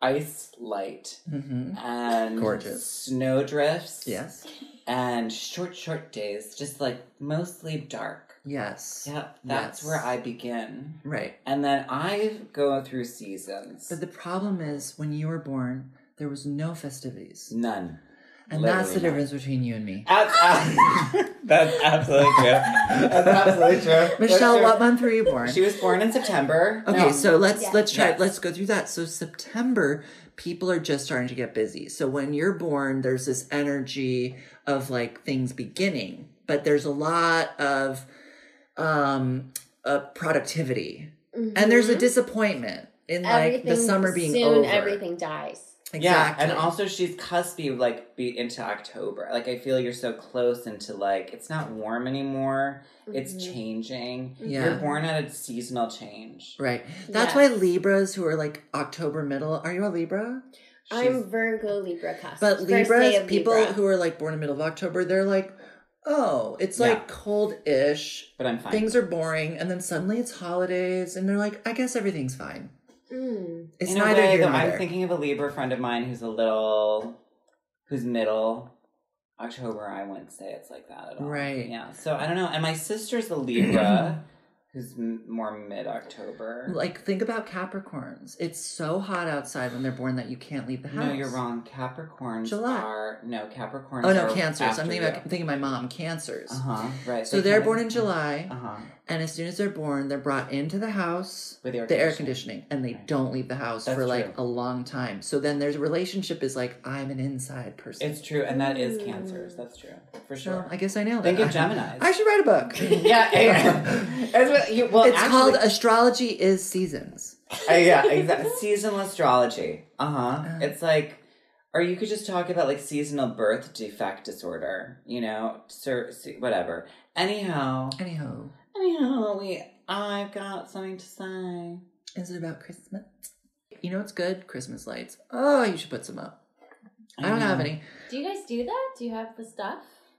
Speaker 2: ice light
Speaker 1: mm-hmm.
Speaker 2: and
Speaker 1: Gorgeous.
Speaker 2: snowdrifts.
Speaker 1: yes
Speaker 2: and short, short days, just like mostly dark.
Speaker 1: yes
Speaker 2: Yep, that's
Speaker 1: Yes.
Speaker 2: where I begin.
Speaker 1: right
Speaker 2: And then I go through seasons.
Speaker 1: but the problem is when you were born there was no festivities
Speaker 2: None.
Speaker 1: and that's the
Speaker 2: Literally
Speaker 1: difference between you and me
Speaker 2: That's, that's absolutely true. That's absolutely true.
Speaker 1: michelle
Speaker 2: That's
Speaker 1: what
Speaker 2: true.
Speaker 1: month were you born
Speaker 2: She was born in September.
Speaker 1: Okay,
Speaker 2: No.
Speaker 1: so let's
Speaker 3: Um, Yeah.
Speaker 1: let's try
Speaker 2: Yes.
Speaker 1: let's go through that. So September, people are just starting to get busy. So when you're born, there's this energy of like things beginning, but there's a lot of um uh, productivity.
Speaker 3: Mm-hmm.
Speaker 1: And there's a disappointment in like the summer being
Speaker 3: soon,
Speaker 1: over.
Speaker 3: everything dies.
Speaker 1: Exactly.
Speaker 2: Yeah, and also she's cuspy, like be into October. Like I feel you're so close into like it's not warm anymore. It's
Speaker 3: Mhm.
Speaker 2: changing.
Speaker 1: Yeah.
Speaker 2: You're born at a seasonal change.
Speaker 1: Right.
Speaker 3: Yes.
Speaker 1: That's why Libras who are like October middle. Are you a Libra?
Speaker 2: She's-
Speaker 3: I'm Virgo Libra cusp.
Speaker 1: But
Speaker 3: First day
Speaker 1: Libras,
Speaker 3: of
Speaker 1: people
Speaker 3: Libra.
Speaker 1: who are like born in the middle of October, they're like, oh, it's
Speaker 2: Yeah.
Speaker 1: like cold-ish.
Speaker 2: But I'm fine.
Speaker 1: things are boring and then suddenly it's holidays and they're like i guess everything's fine
Speaker 3: Mm.
Speaker 1: it's
Speaker 2: in
Speaker 1: neither
Speaker 2: a way,
Speaker 1: here
Speaker 2: though,
Speaker 1: nor there
Speaker 2: I'm thinking of a Libra friend of mine who's a little, who's middle October. I wouldn't say it's like that at all.
Speaker 1: Right.
Speaker 2: Yeah. So I don't know. And my sister's a Libra, who's m- more mid October.
Speaker 1: like think about capricorns it's so hot outside when they're born that you can't leave the house
Speaker 2: no, you're wrong. Capricorns
Speaker 1: July.
Speaker 2: are no Capricorns.
Speaker 1: oh no
Speaker 2: are
Speaker 1: cancers i'm thinking about I'm thinking my mom cancers
Speaker 2: Uh huh. Right.
Speaker 1: so they're born in july
Speaker 2: Uh huh.
Speaker 1: and as soon as they're born they're brought into the house
Speaker 2: With the air
Speaker 1: the air
Speaker 2: conditioning.
Speaker 1: conditioning and they
Speaker 2: Right.
Speaker 1: don't leave the house
Speaker 2: That's
Speaker 1: for like
Speaker 2: true.
Speaker 1: a long time so then their relationship is like i'm an inside person
Speaker 2: It's true, and that is
Speaker 3: Mm.
Speaker 2: cancers. That's true for
Speaker 1: so
Speaker 2: sure.
Speaker 1: i guess i nailed
Speaker 2: Think
Speaker 1: it
Speaker 2: of Gemini's.
Speaker 1: i should write a book
Speaker 2: yeah, yeah. That's what you- well,
Speaker 1: it's
Speaker 2: actually-
Speaker 1: called astrology is seasons
Speaker 2: Uh, yeah, exactly. seasonal astrology. Uh huh.
Speaker 1: Uh-huh.
Speaker 2: It's like, or you could just talk about like seasonal birth defect disorder. You know, sir, se- whatever. Anyhow,
Speaker 1: anyhow
Speaker 2: anyhow, we. I've got something to say.
Speaker 1: Is it about Christmas? You know what's good? Christmas lights. Oh, you should put some up. I don't
Speaker 2: Mm-hmm.
Speaker 1: have any.
Speaker 3: Do you guys do that? Do you have the stuff?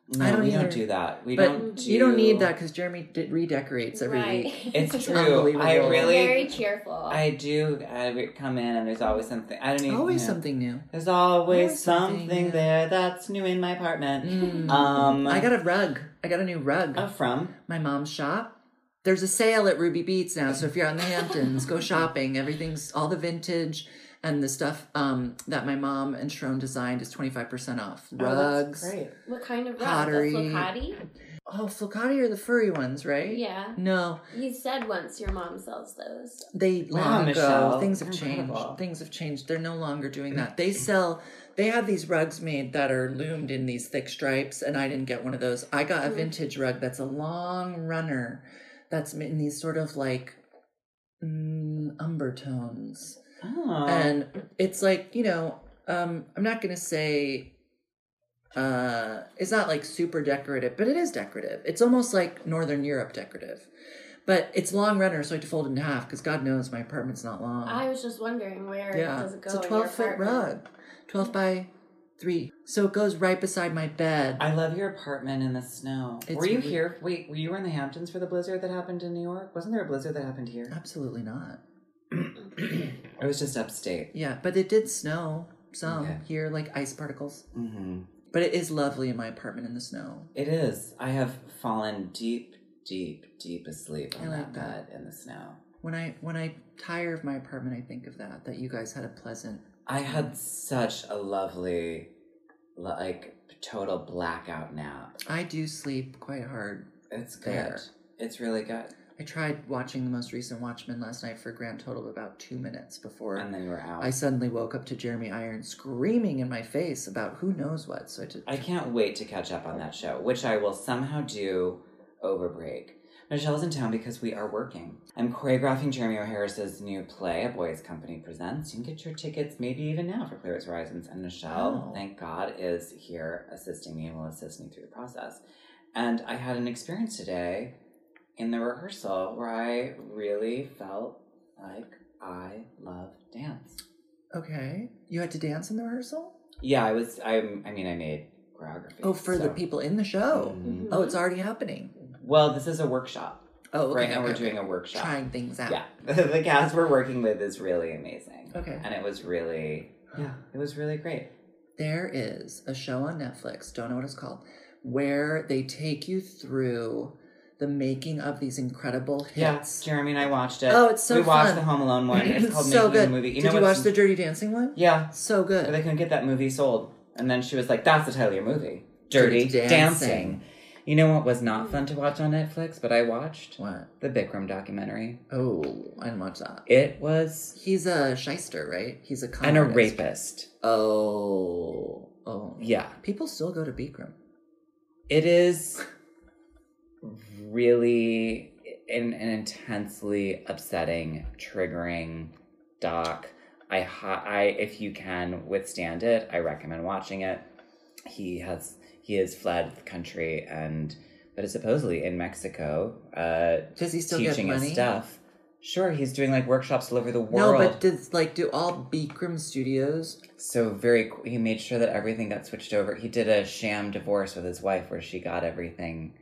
Speaker 2: No,
Speaker 1: I don't
Speaker 2: we
Speaker 1: either.
Speaker 2: don't do that. We don't.
Speaker 1: But
Speaker 2: Do,
Speaker 1: you don't need that because Jeremy d redecorates every
Speaker 3: right.
Speaker 1: week.
Speaker 2: It's true.
Speaker 1: unbelievable.
Speaker 2: I
Speaker 3: Very
Speaker 2: really.
Speaker 3: cheerful.
Speaker 2: I do. I re- come in and there's always something. I don't even.
Speaker 1: Always
Speaker 2: yeah.
Speaker 1: something new.
Speaker 2: There's always,
Speaker 1: Always
Speaker 2: something,
Speaker 1: something, yeah.
Speaker 2: there that's new in my apartment.
Speaker 1: Mm.
Speaker 2: Um,
Speaker 1: I got a rug. I got a new rug.
Speaker 2: uh, from
Speaker 1: My mom's shop. There's a sale at Ruby Beats now, so if you're on the Hamptons, go shopping. Everything's all the vintage and the stuff um, that my mom and Sharon designed is 25% off.
Speaker 2: Oh, that's
Speaker 1: Rugs.
Speaker 2: great.
Speaker 3: what kind of rug?
Speaker 1: pottery.
Speaker 3: The flocati?
Speaker 1: Oh, Flocati are the furry ones, right?
Speaker 3: Yeah.
Speaker 1: No,
Speaker 3: You said once your mom sells those.
Speaker 1: they
Speaker 2: Wow,
Speaker 1: long ago
Speaker 2: Michelle.
Speaker 1: things have
Speaker 2: Incredible. Mm.
Speaker 1: changed things have changed they're no longer doing that they sell they have these rugs made that are loomed in these thick stripes and i didn't get one of those i got
Speaker 2: Mm.
Speaker 1: a vintage rug that's a long runner that's ma- in these sort of like mm, umber tones
Speaker 2: Oh.
Speaker 3: Uh-huh.
Speaker 1: and it's like you know um i'm not gonna say uh it's not like super decorative but it is decorative it's almost like northern europe decorative but it's long runner so i have to fold it in half because god knows my apartment's not long
Speaker 3: I was just wondering where
Speaker 1: Oh. yeah
Speaker 3: does it go?
Speaker 1: it's a
Speaker 3: in your
Speaker 1: 12 foot
Speaker 3: apartment?
Speaker 1: rug 12 by 3 so it goes right beside my bed
Speaker 2: I love your apartment in the snow.
Speaker 1: It's
Speaker 2: were you
Speaker 1: really-
Speaker 2: here? Wait, were you in the Hamptons for the blizzard that happened in New York? Wasn't there a blizzard that happened here?
Speaker 1: absolutely not
Speaker 2: it was just upstate.
Speaker 1: yeah but it did snow some
Speaker 2: Okay.
Speaker 1: here like ice particles
Speaker 2: Mm-hmm.
Speaker 1: but it is lovely in my apartment in the snow
Speaker 2: It is. I have fallen deep, deep, deep asleep on
Speaker 1: I
Speaker 2: that
Speaker 1: like
Speaker 2: bed
Speaker 1: that.
Speaker 2: in the snow.
Speaker 1: when I when I tire of my apartment, I think of that. That you guys had a pleasant.
Speaker 2: I had such a lovely, like, total blackout nap.
Speaker 1: I do sleep quite hard.
Speaker 2: It's good.
Speaker 1: There.
Speaker 2: It's really good.
Speaker 1: I tried watching the most recent Watchmen last night for a grand total of about two minutes before
Speaker 2: And then you were out.
Speaker 1: I suddenly woke up to Jeremy Irons screaming in my face about who knows what. So I did.
Speaker 2: I can't wait to catch up on that show, which I will somehow do over break. Michelle's in town because we are working. I'm choreographing Jeremy O'Harris's new play, A Boys Company Presents. You can get your tickets maybe even now for Clear Its Horizons. And Michelle,
Speaker 1: Wow.
Speaker 2: thank God, is here assisting me and will assist me through the process. And I had an experience today in the rehearsal where I really felt like I love dance.
Speaker 1: Okay, you had to dance in the rehearsal.
Speaker 2: Yeah, I was. I, I mean, I made choreography.
Speaker 1: Oh, for the
Speaker 2: so-
Speaker 1: people in the show.
Speaker 2: Mhm.
Speaker 3: Mm-hmm.
Speaker 1: Oh, it's already happening.
Speaker 2: Well, this is a workshop.
Speaker 1: Oh, okay,
Speaker 2: right now we're
Speaker 1: okay,
Speaker 2: doing
Speaker 1: okay.
Speaker 2: a workshop.
Speaker 1: trying things out.
Speaker 2: Yeah. the cast we're working with is really amazing.
Speaker 1: Okay.
Speaker 2: And it was really yeah, it was really great.
Speaker 1: There is a show on Netflix, don't know what it's called, where they take you through the making of these incredible
Speaker 2: Yes.
Speaker 1: hits.
Speaker 2: Jeremy and I watched it.
Speaker 1: Oh, it's so
Speaker 2: We watched
Speaker 1: fun.
Speaker 2: the Home Alone one. It's called
Speaker 1: so
Speaker 2: Making
Speaker 1: good.
Speaker 2: a Movie. You
Speaker 1: Did
Speaker 2: know
Speaker 1: you watch
Speaker 2: what's-
Speaker 1: the Dirty Dancing one?
Speaker 2: Yeah.
Speaker 1: So
Speaker 2: But
Speaker 1: good.
Speaker 2: they couldn't get that movie sold. And then she was like, That's the title of your movie. Dirty, dancing.
Speaker 1: Dirty Dancing.
Speaker 2: You know what was not fun to watch on Netflix, but I watched?
Speaker 1: What?
Speaker 2: The Bikram documentary.
Speaker 1: Oh, I didn't watch that.
Speaker 2: It was
Speaker 1: He's a shyster, right? He's a con
Speaker 2: and a
Speaker 1: artist.
Speaker 2: rapist.
Speaker 1: Oh, oh.
Speaker 2: Yeah.
Speaker 1: People still go to Bikram.
Speaker 2: It is really an, an intensely upsetting, triggering doc. I, hi- I, if you can withstand it, I recommend watching it. He has he has fled the country and but is supposedly in Mexico, uh,
Speaker 1: Does he still
Speaker 2: teaching
Speaker 1: get money?
Speaker 2: his stuff. Sure, he's doing like workshops all over the
Speaker 1: No,
Speaker 2: world.
Speaker 1: but does like do all Bikram studios?
Speaker 2: So very, qu- he made sure that everything got switched over. He did a sham divorce with his wife, where she got everything,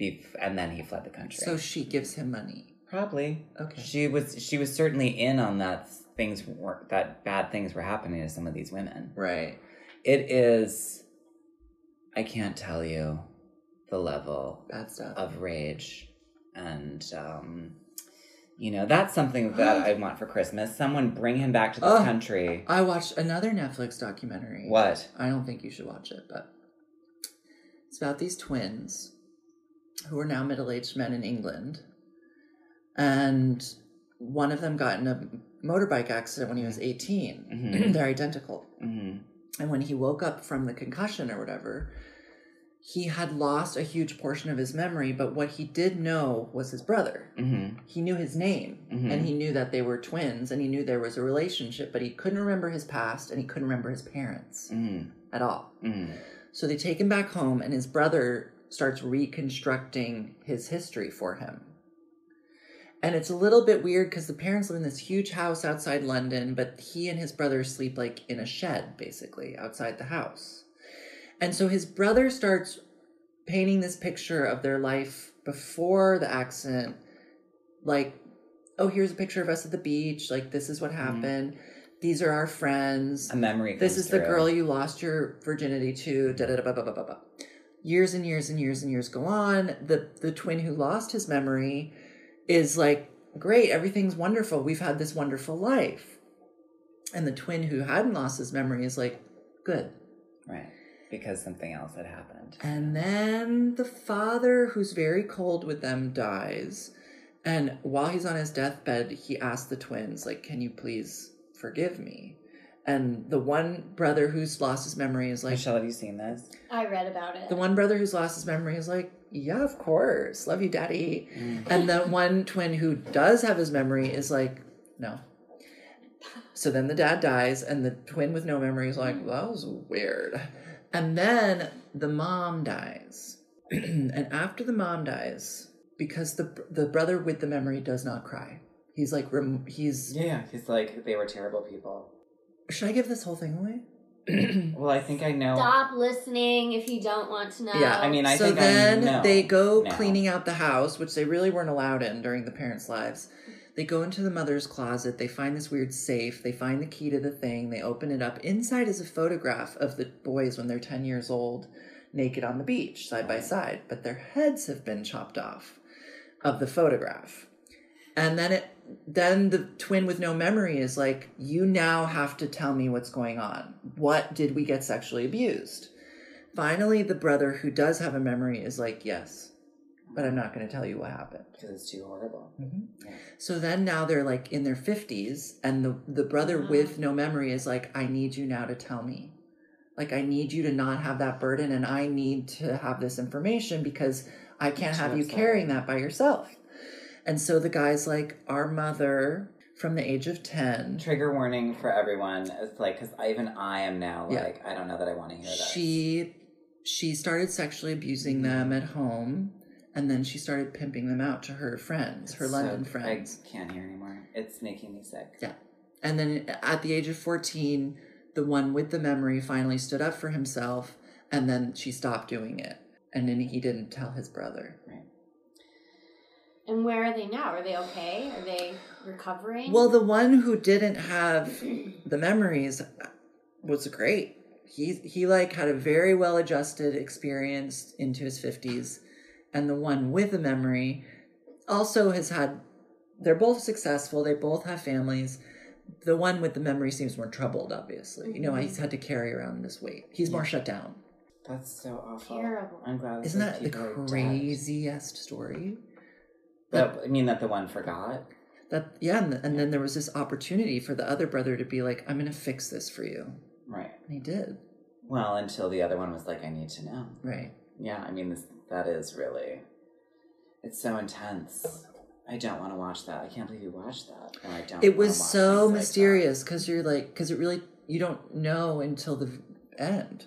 Speaker 2: bef- and then he fled the country.
Speaker 1: So she gives him money.
Speaker 2: probably
Speaker 1: Okay.
Speaker 2: she was she was certainly in on that things were that bad things were happening to some of these women.
Speaker 1: Right.
Speaker 2: It is, I can't tell you, the level
Speaker 1: Bad stuff.
Speaker 2: of rage, and um, you know that's something that I want for Christmas. Someone bring him back to this
Speaker 1: Oh.
Speaker 2: country.
Speaker 1: I watched another Netflix documentary.
Speaker 2: What?
Speaker 1: I don't think you should watch it, but it's about these twins who are now middle aged men in England. And one of them got in a motorbike accident when he was 18.
Speaker 2: Mhm.
Speaker 1: They're identical.
Speaker 2: hmm
Speaker 1: And when he woke up from the concussion or whatever, he had lost a huge portion of his memory, but what he did know was his brother.
Speaker 2: hmm
Speaker 1: He knew his name
Speaker 2: Mhm.
Speaker 1: and he knew that they were twins and he knew there was a relationship, but he couldn't remember his past and he couldn't remember his parents
Speaker 2: hmm
Speaker 1: at all.
Speaker 2: hmm
Speaker 1: So they take him back home, and his brother starts reconstructing his history for him. And it's a little bit weird because the parents live in this huge house outside London, but he and his brother sleep like in a shed, basically, outside the house. And so his brother starts painting this picture of their life before the accident like, oh, here's a picture of us at the beach. Like, this is what happened. These are our friends
Speaker 2: a memory.
Speaker 1: this
Speaker 2: comes
Speaker 1: is the
Speaker 2: through.
Speaker 1: girl you lost your virginity to da da da ba ba ba ba ba years and years and years and years go on the the twin who lost his memory is like great everything's wonderful we've had this wonderful life and the twin who hadn't lost his memory is like good
Speaker 2: right because something else had happened.
Speaker 1: and then the father, who's very cold with them, dies. And while he's on his deathbed, he asks the twins, like, can you please forgive me? And the one brother who's lost his memory is like,
Speaker 2: Michelle, have you seen this?
Speaker 3: I read about it.
Speaker 1: the one brother who's lost his memory is like, yeah, of course. Love you, daddy.
Speaker 2: Mm.
Speaker 1: And the one twin who does have his memory is like, no. So then the dad dies, and the twin with no memory is like, well, that was weird. And then the mom dies. and after the mom dies, because the the brother with the memory does not cry, he's like, rem- he's.
Speaker 2: Yeah, he's like they were terrible people.
Speaker 1: Should I give this whole thing away?
Speaker 2: Well, I think I know.
Speaker 3: Stop listening if you don't want to know.
Speaker 1: Yeah,
Speaker 2: I mean, I
Speaker 1: so
Speaker 2: think
Speaker 1: then
Speaker 2: I know.
Speaker 1: they go
Speaker 2: now.
Speaker 1: cleaning out the house, which they really weren't allowed in during the parents' lives. They go into the mother's closet. They find this weird safe. They find the key to the thing. They open it up. Inside is a photograph of the boys when they're 10 years old, naked on the beach, side by side, but their heads have been chopped off of the photograph. And then it then the twin with no memory is like, you now have to tell me what's going on. What did we get sexually abused? Finally, the brother who does have a memory is like, yes, but I'm not going to tell you what happened.
Speaker 2: because it's too horrible. Yeah.
Speaker 1: So then now they're like in their 50s, and the, the brother
Speaker 3: Wow.
Speaker 1: with no memory is like, I need you now to tell me. Like, I need you to not have that burden, and I need to have this information because I can't
Speaker 2: Too
Speaker 1: have you
Speaker 2: upsetting.
Speaker 1: carrying that by yourself. And so the guy's like, Our mother from the age of 10,
Speaker 2: Trigger warning for everyone. It's like because even I am now
Speaker 1: Yeah.
Speaker 2: like I don't know that I want to hear that.
Speaker 1: she she started sexually
Speaker 2: Mm-hmm.
Speaker 1: abusing them at home and then she started pimping them out to her friends her
Speaker 2: So,
Speaker 1: london friends
Speaker 2: I can't hear anymore. It's making me sick.
Speaker 1: Yeah. and then at the age of 14 the one with the memory finally stood up for himself and then she stopped doing it and then he didn't tell his brother
Speaker 3: And where are they now? Are they okay? Are they recovering?
Speaker 1: well the one who didn't have the memories was great he he like had a very well adjusted experience into his 50s and the one with the memory also has had they're both successful they both have families the one with the memory seems more troubled obviously you know
Speaker 3: Mhm.
Speaker 1: he's had to carry around this weight he's more shut down
Speaker 2: That's so awful.
Speaker 3: Terrible.
Speaker 2: I'm glad.
Speaker 1: isn't
Speaker 2: those
Speaker 1: that the
Speaker 2: people are dead.
Speaker 1: craziest story
Speaker 2: That, I mean, that the one forgot.
Speaker 1: that yeah and, and then there was this opportunity for the other brother to be like i'm gonna fix this for you
Speaker 2: Right.
Speaker 1: and he did
Speaker 2: Well, until the other one was like, "I need to know."
Speaker 1: right
Speaker 2: Yeah, I mean, this, that is really. It's so intense. I don't want to watch that. I can't believe you watched that. And I don't.
Speaker 1: it
Speaker 2: wanna
Speaker 1: was
Speaker 2: watch
Speaker 1: so
Speaker 2: things like
Speaker 1: mysterious because you're like because it really you don't know until the
Speaker 2: that.
Speaker 1: end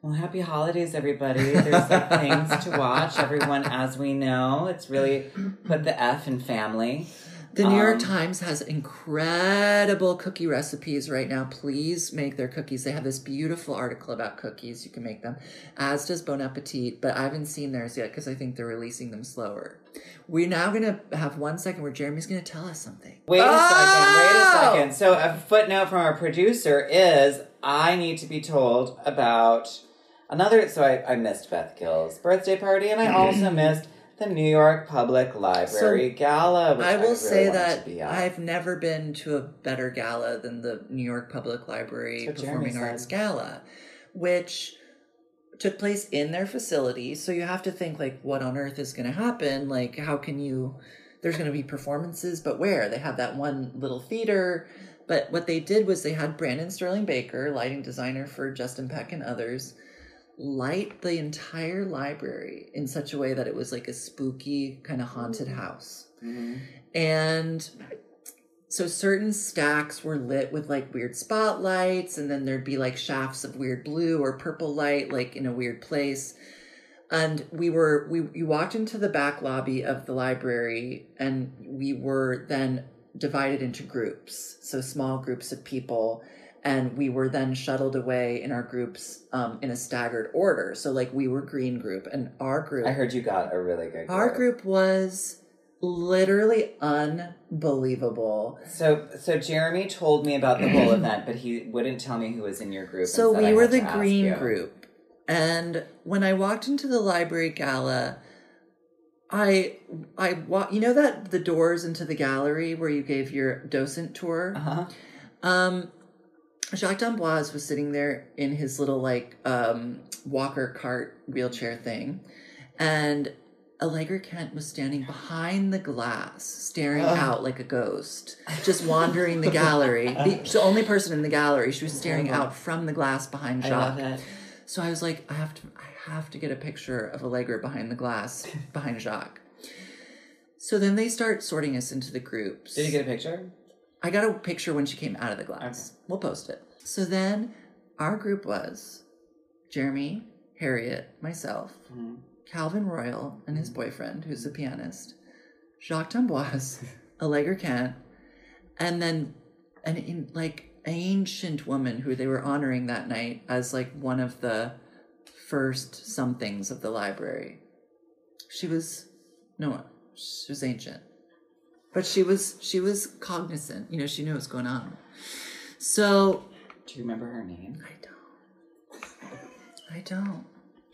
Speaker 2: Well, happy holidays, everybody. There's like things to watch. Everyone, as we know, it's really put the F in family.
Speaker 1: the new york
Speaker 2: Um,
Speaker 1: times has incredible cookie recipes right now please make their cookies they have this beautiful article about cookies you can make them as does bon appetit but i haven't seen theirs yet because i think they're releasing them slower we're now gonna have one second where jeremy's gonna tell us something
Speaker 2: Wait a
Speaker 1: Oh!
Speaker 2: second. Wait a second. So a footnote from our producer is I need to be told about another. So I, I missed Beth Gill's birthday party, and I also missed the New York Public Library gala. Which
Speaker 1: I will
Speaker 2: really
Speaker 1: say
Speaker 2: wanted
Speaker 1: that
Speaker 2: to be at.
Speaker 1: I've never been to a better gala than the New York Public Library
Speaker 2: That's what Jeremy
Speaker 1: Performing
Speaker 2: said.
Speaker 1: Arts Gala, which took place in their facility. So you have to think like, what on earth is going to happen? Like, how can you? There's going to be performances, but where? They have that one little theater. But what they did was they had Brandon Sterling Baker, lighting designer for Justin Peck and others, light the entire library in such a way that it was like a spooky kind of haunted house
Speaker 2: Mhm.
Speaker 1: and so certain stacks were lit with like weird spotlights and then there'd be like shafts of weird blue or purple light like in a weird place and we were we you walked into the back lobby of the library and we were then divided into groups so small groups of people and we were then shuttled away in our groups um, in a staggered order so like we were green group and our group
Speaker 2: I heard you got a really good.
Speaker 1: our group was literally unbelievable.
Speaker 2: So so Jeremy told me about the whole event, but he wouldn't tell me who was in your group. and
Speaker 1: So
Speaker 2: said I
Speaker 1: we were
Speaker 2: had
Speaker 1: the
Speaker 2: to ask
Speaker 1: green
Speaker 2: you.
Speaker 1: group. And when I walked into the library gala, I I wa- you know that the doors into the gallery where you gave your docent tour?
Speaker 2: Uh-huh.
Speaker 1: Um, Jacques d'Amboise was sitting there in his little like um, walker cart wheelchair thing, and Allegra Kent was standing behind the glass, staring
Speaker 2: Ugh.
Speaker 1: out like a ghost, just wandering the gallery. The, the only person in the gallery, she was staring out from the glass behind
Speaker 2: I love
Speaker 1: Jacques.
Speaker 2: it.
Speaker 1: So I was like, I have to, I have to get a picture of Allegra behind the glass behind Jacques. So then they start sorting us into the groups.
Speaker 2: Did you get a picture?
Speaker 1: I got a picture when she came out of the glass. We'll post it. So then our group was Jeremy, Harriet, myself,
Speaker 2: Mhm.
Speaker 1: Calvin Royal and his boyfriend, who's a pianist, Jacques Tambois, Allegra Kent, and then an in, like ancient woman who they were honoring that night as like one of the first somethings of the library. She was no, she was ancient, but she was she was cognizant. You know, she knew what was going on. So
Speaker 2: Do you remember her name?
Speaker 1: I don't. I don't,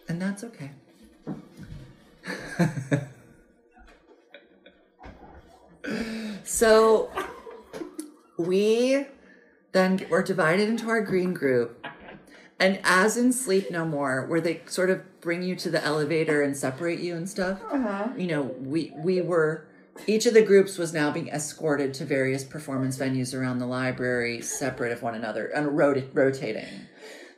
Speaker 1: and that's okay. So we then were divided into our green group. And as in Sleep No More, where they sort of bring you to the elevator and separate you and stuff,
Speaker 2: Uh-huh.
Speaker 1: you know, we we were each of the groups was now being escorted to various performance venues around the library, separate of one another and rot- rotating.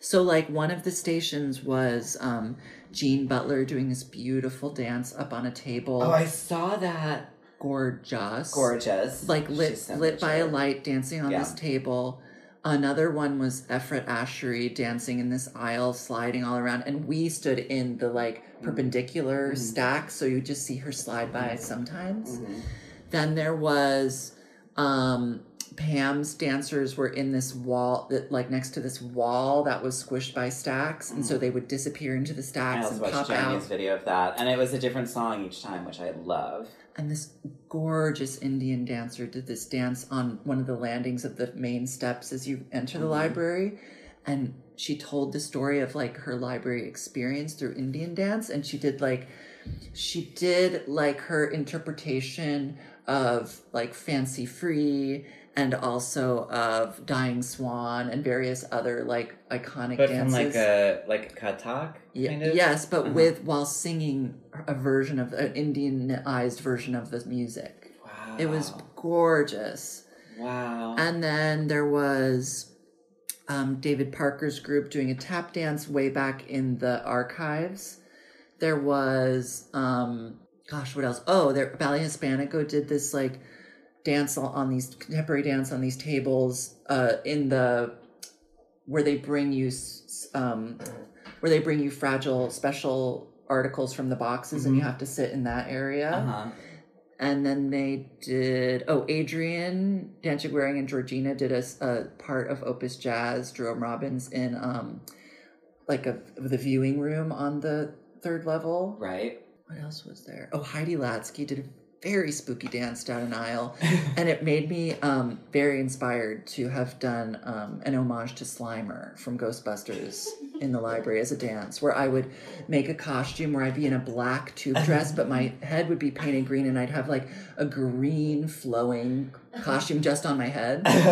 Speaker 1: So, like, one of the stations was um, Gene Butler doing this beautiful dance up on a table.
Speaker 2: Oh, I saw that.
Speaker 1: gorgeous.
Speaker 2: Gorgeous.
Speaker 1: Like, lit,
Speaker 2: She's so
Speaker 1: lit by a
Speaker 2: mature.
Speaker 1: light, dancing on
Speaker 2: Yeah.
Speaker 1: this table. Another one was Efrat Ashery dancing in this aisle, sliding all around. And we stood in the, like, perpendicular stack. So you just see her slide by
Speaker 2: Mm-hmm.
Speaker 1: sometimes. Then there was um Pam's dancers were in this wall that like next to this wall that was squished by stacks and so they would disappear into the
Speaker 2: I
Speaker 1: stacks
Speaker 2: also
Speaker 1: and
Speaker 2: watched
Speaker 1: pop
Speaker 2: Jamie's
Speaker 1: out.
Speaker 2: video of that, and it was a different song each time, which I love.
Speaker 1: And this gorgeous Indian dancer did this dance on one of the landings of the main steps as you enter
Speaker 2: Mm-hmm.
Speaker 1: the library and she told the story of like her library experience through Indian dance and she did like she did like her interpretation of like fancy free and also of dying swan and various other like iconic
Speaker 2: But from
Speaker 1: dances
Speaker 2: like a like a katak
Speaker 1: Ye-
Speaker 2: kind of.
Speaker 1: yes but
Speaker 2: Uh-huh.
Speaker 1: with while singing a version of an indianized version of the music
Speaker 2: Wow.
Speaker 1: it Uh, was gorgeous
Speaker 2: wow.
Speaker 1: and then there was um, David Parker's group doing a tap dance way back in the archives. There was, um, gosh, what else? Oh, there, Ballet Hispanico did this like dance on- on these contemporary dance on these tables uh, in the where they bring you s- um, where they bring you fragile special articles from the boxes and you have to sit in that area
Speaker 2: uh-huh.
Speaker 1: and then they did oh adrian danchik waring and georgina did a, s- a part of opus jazz jerome robbins in um like a the viewing room on the third level
Speaker 2: Right.
Speaker 1: what else was there oh heidi latsky did a very spooky dance down an aisle and it made me um very inspired to have done um an homage to slimer from ghostbusters in the library as a dance where i would make a costume where i'd be in a black tube dress but my head would be painted green and i'd have like a green flowing costume just on my head
Speaker 2: and,
Speaker 1: then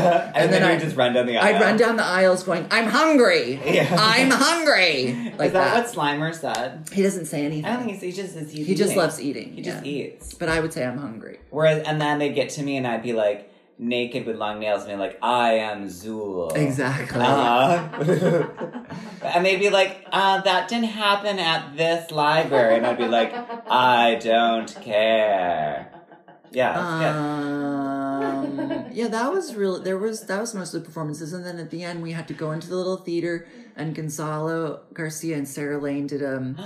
Speaker 2: then,
Speaker 1: I-
Speaker 2: you just run down the aisle.
Speaker 1: i'd run down the aisles going i'm hungry
Speaker 2: Yeah.
Speaker 1: i'm hungry like
Speaker 2: Is that,
Speaker 1: that,
Speaker 2: what Slimer said?
Speaker 1: he doesn't say anything
Speaker 2: I don't think he's, he just is.
Speaker 1: he just loves eating
Speaker 2: He just
Speaker 1: yeah.
Speaker 2: eats.
Speaker 1: but i would say i'm hungry
Speaker 2: Whereas, and then they get to me, and I'd be like naked with long nails, and be like, "I am Zool."
Speaker 1: Exactly.
Speaker 2: Uh, Uh-huh. and they'd be like, uh, that didn't happen at this library. And I'd be like, I don't care. Yeah. yeah.
Speaker 1: Um, yeah, that was really there was that was most of the performances, and then at the end we had to go into the little theater, and Gonzalo Garcia and Sarah Lane did um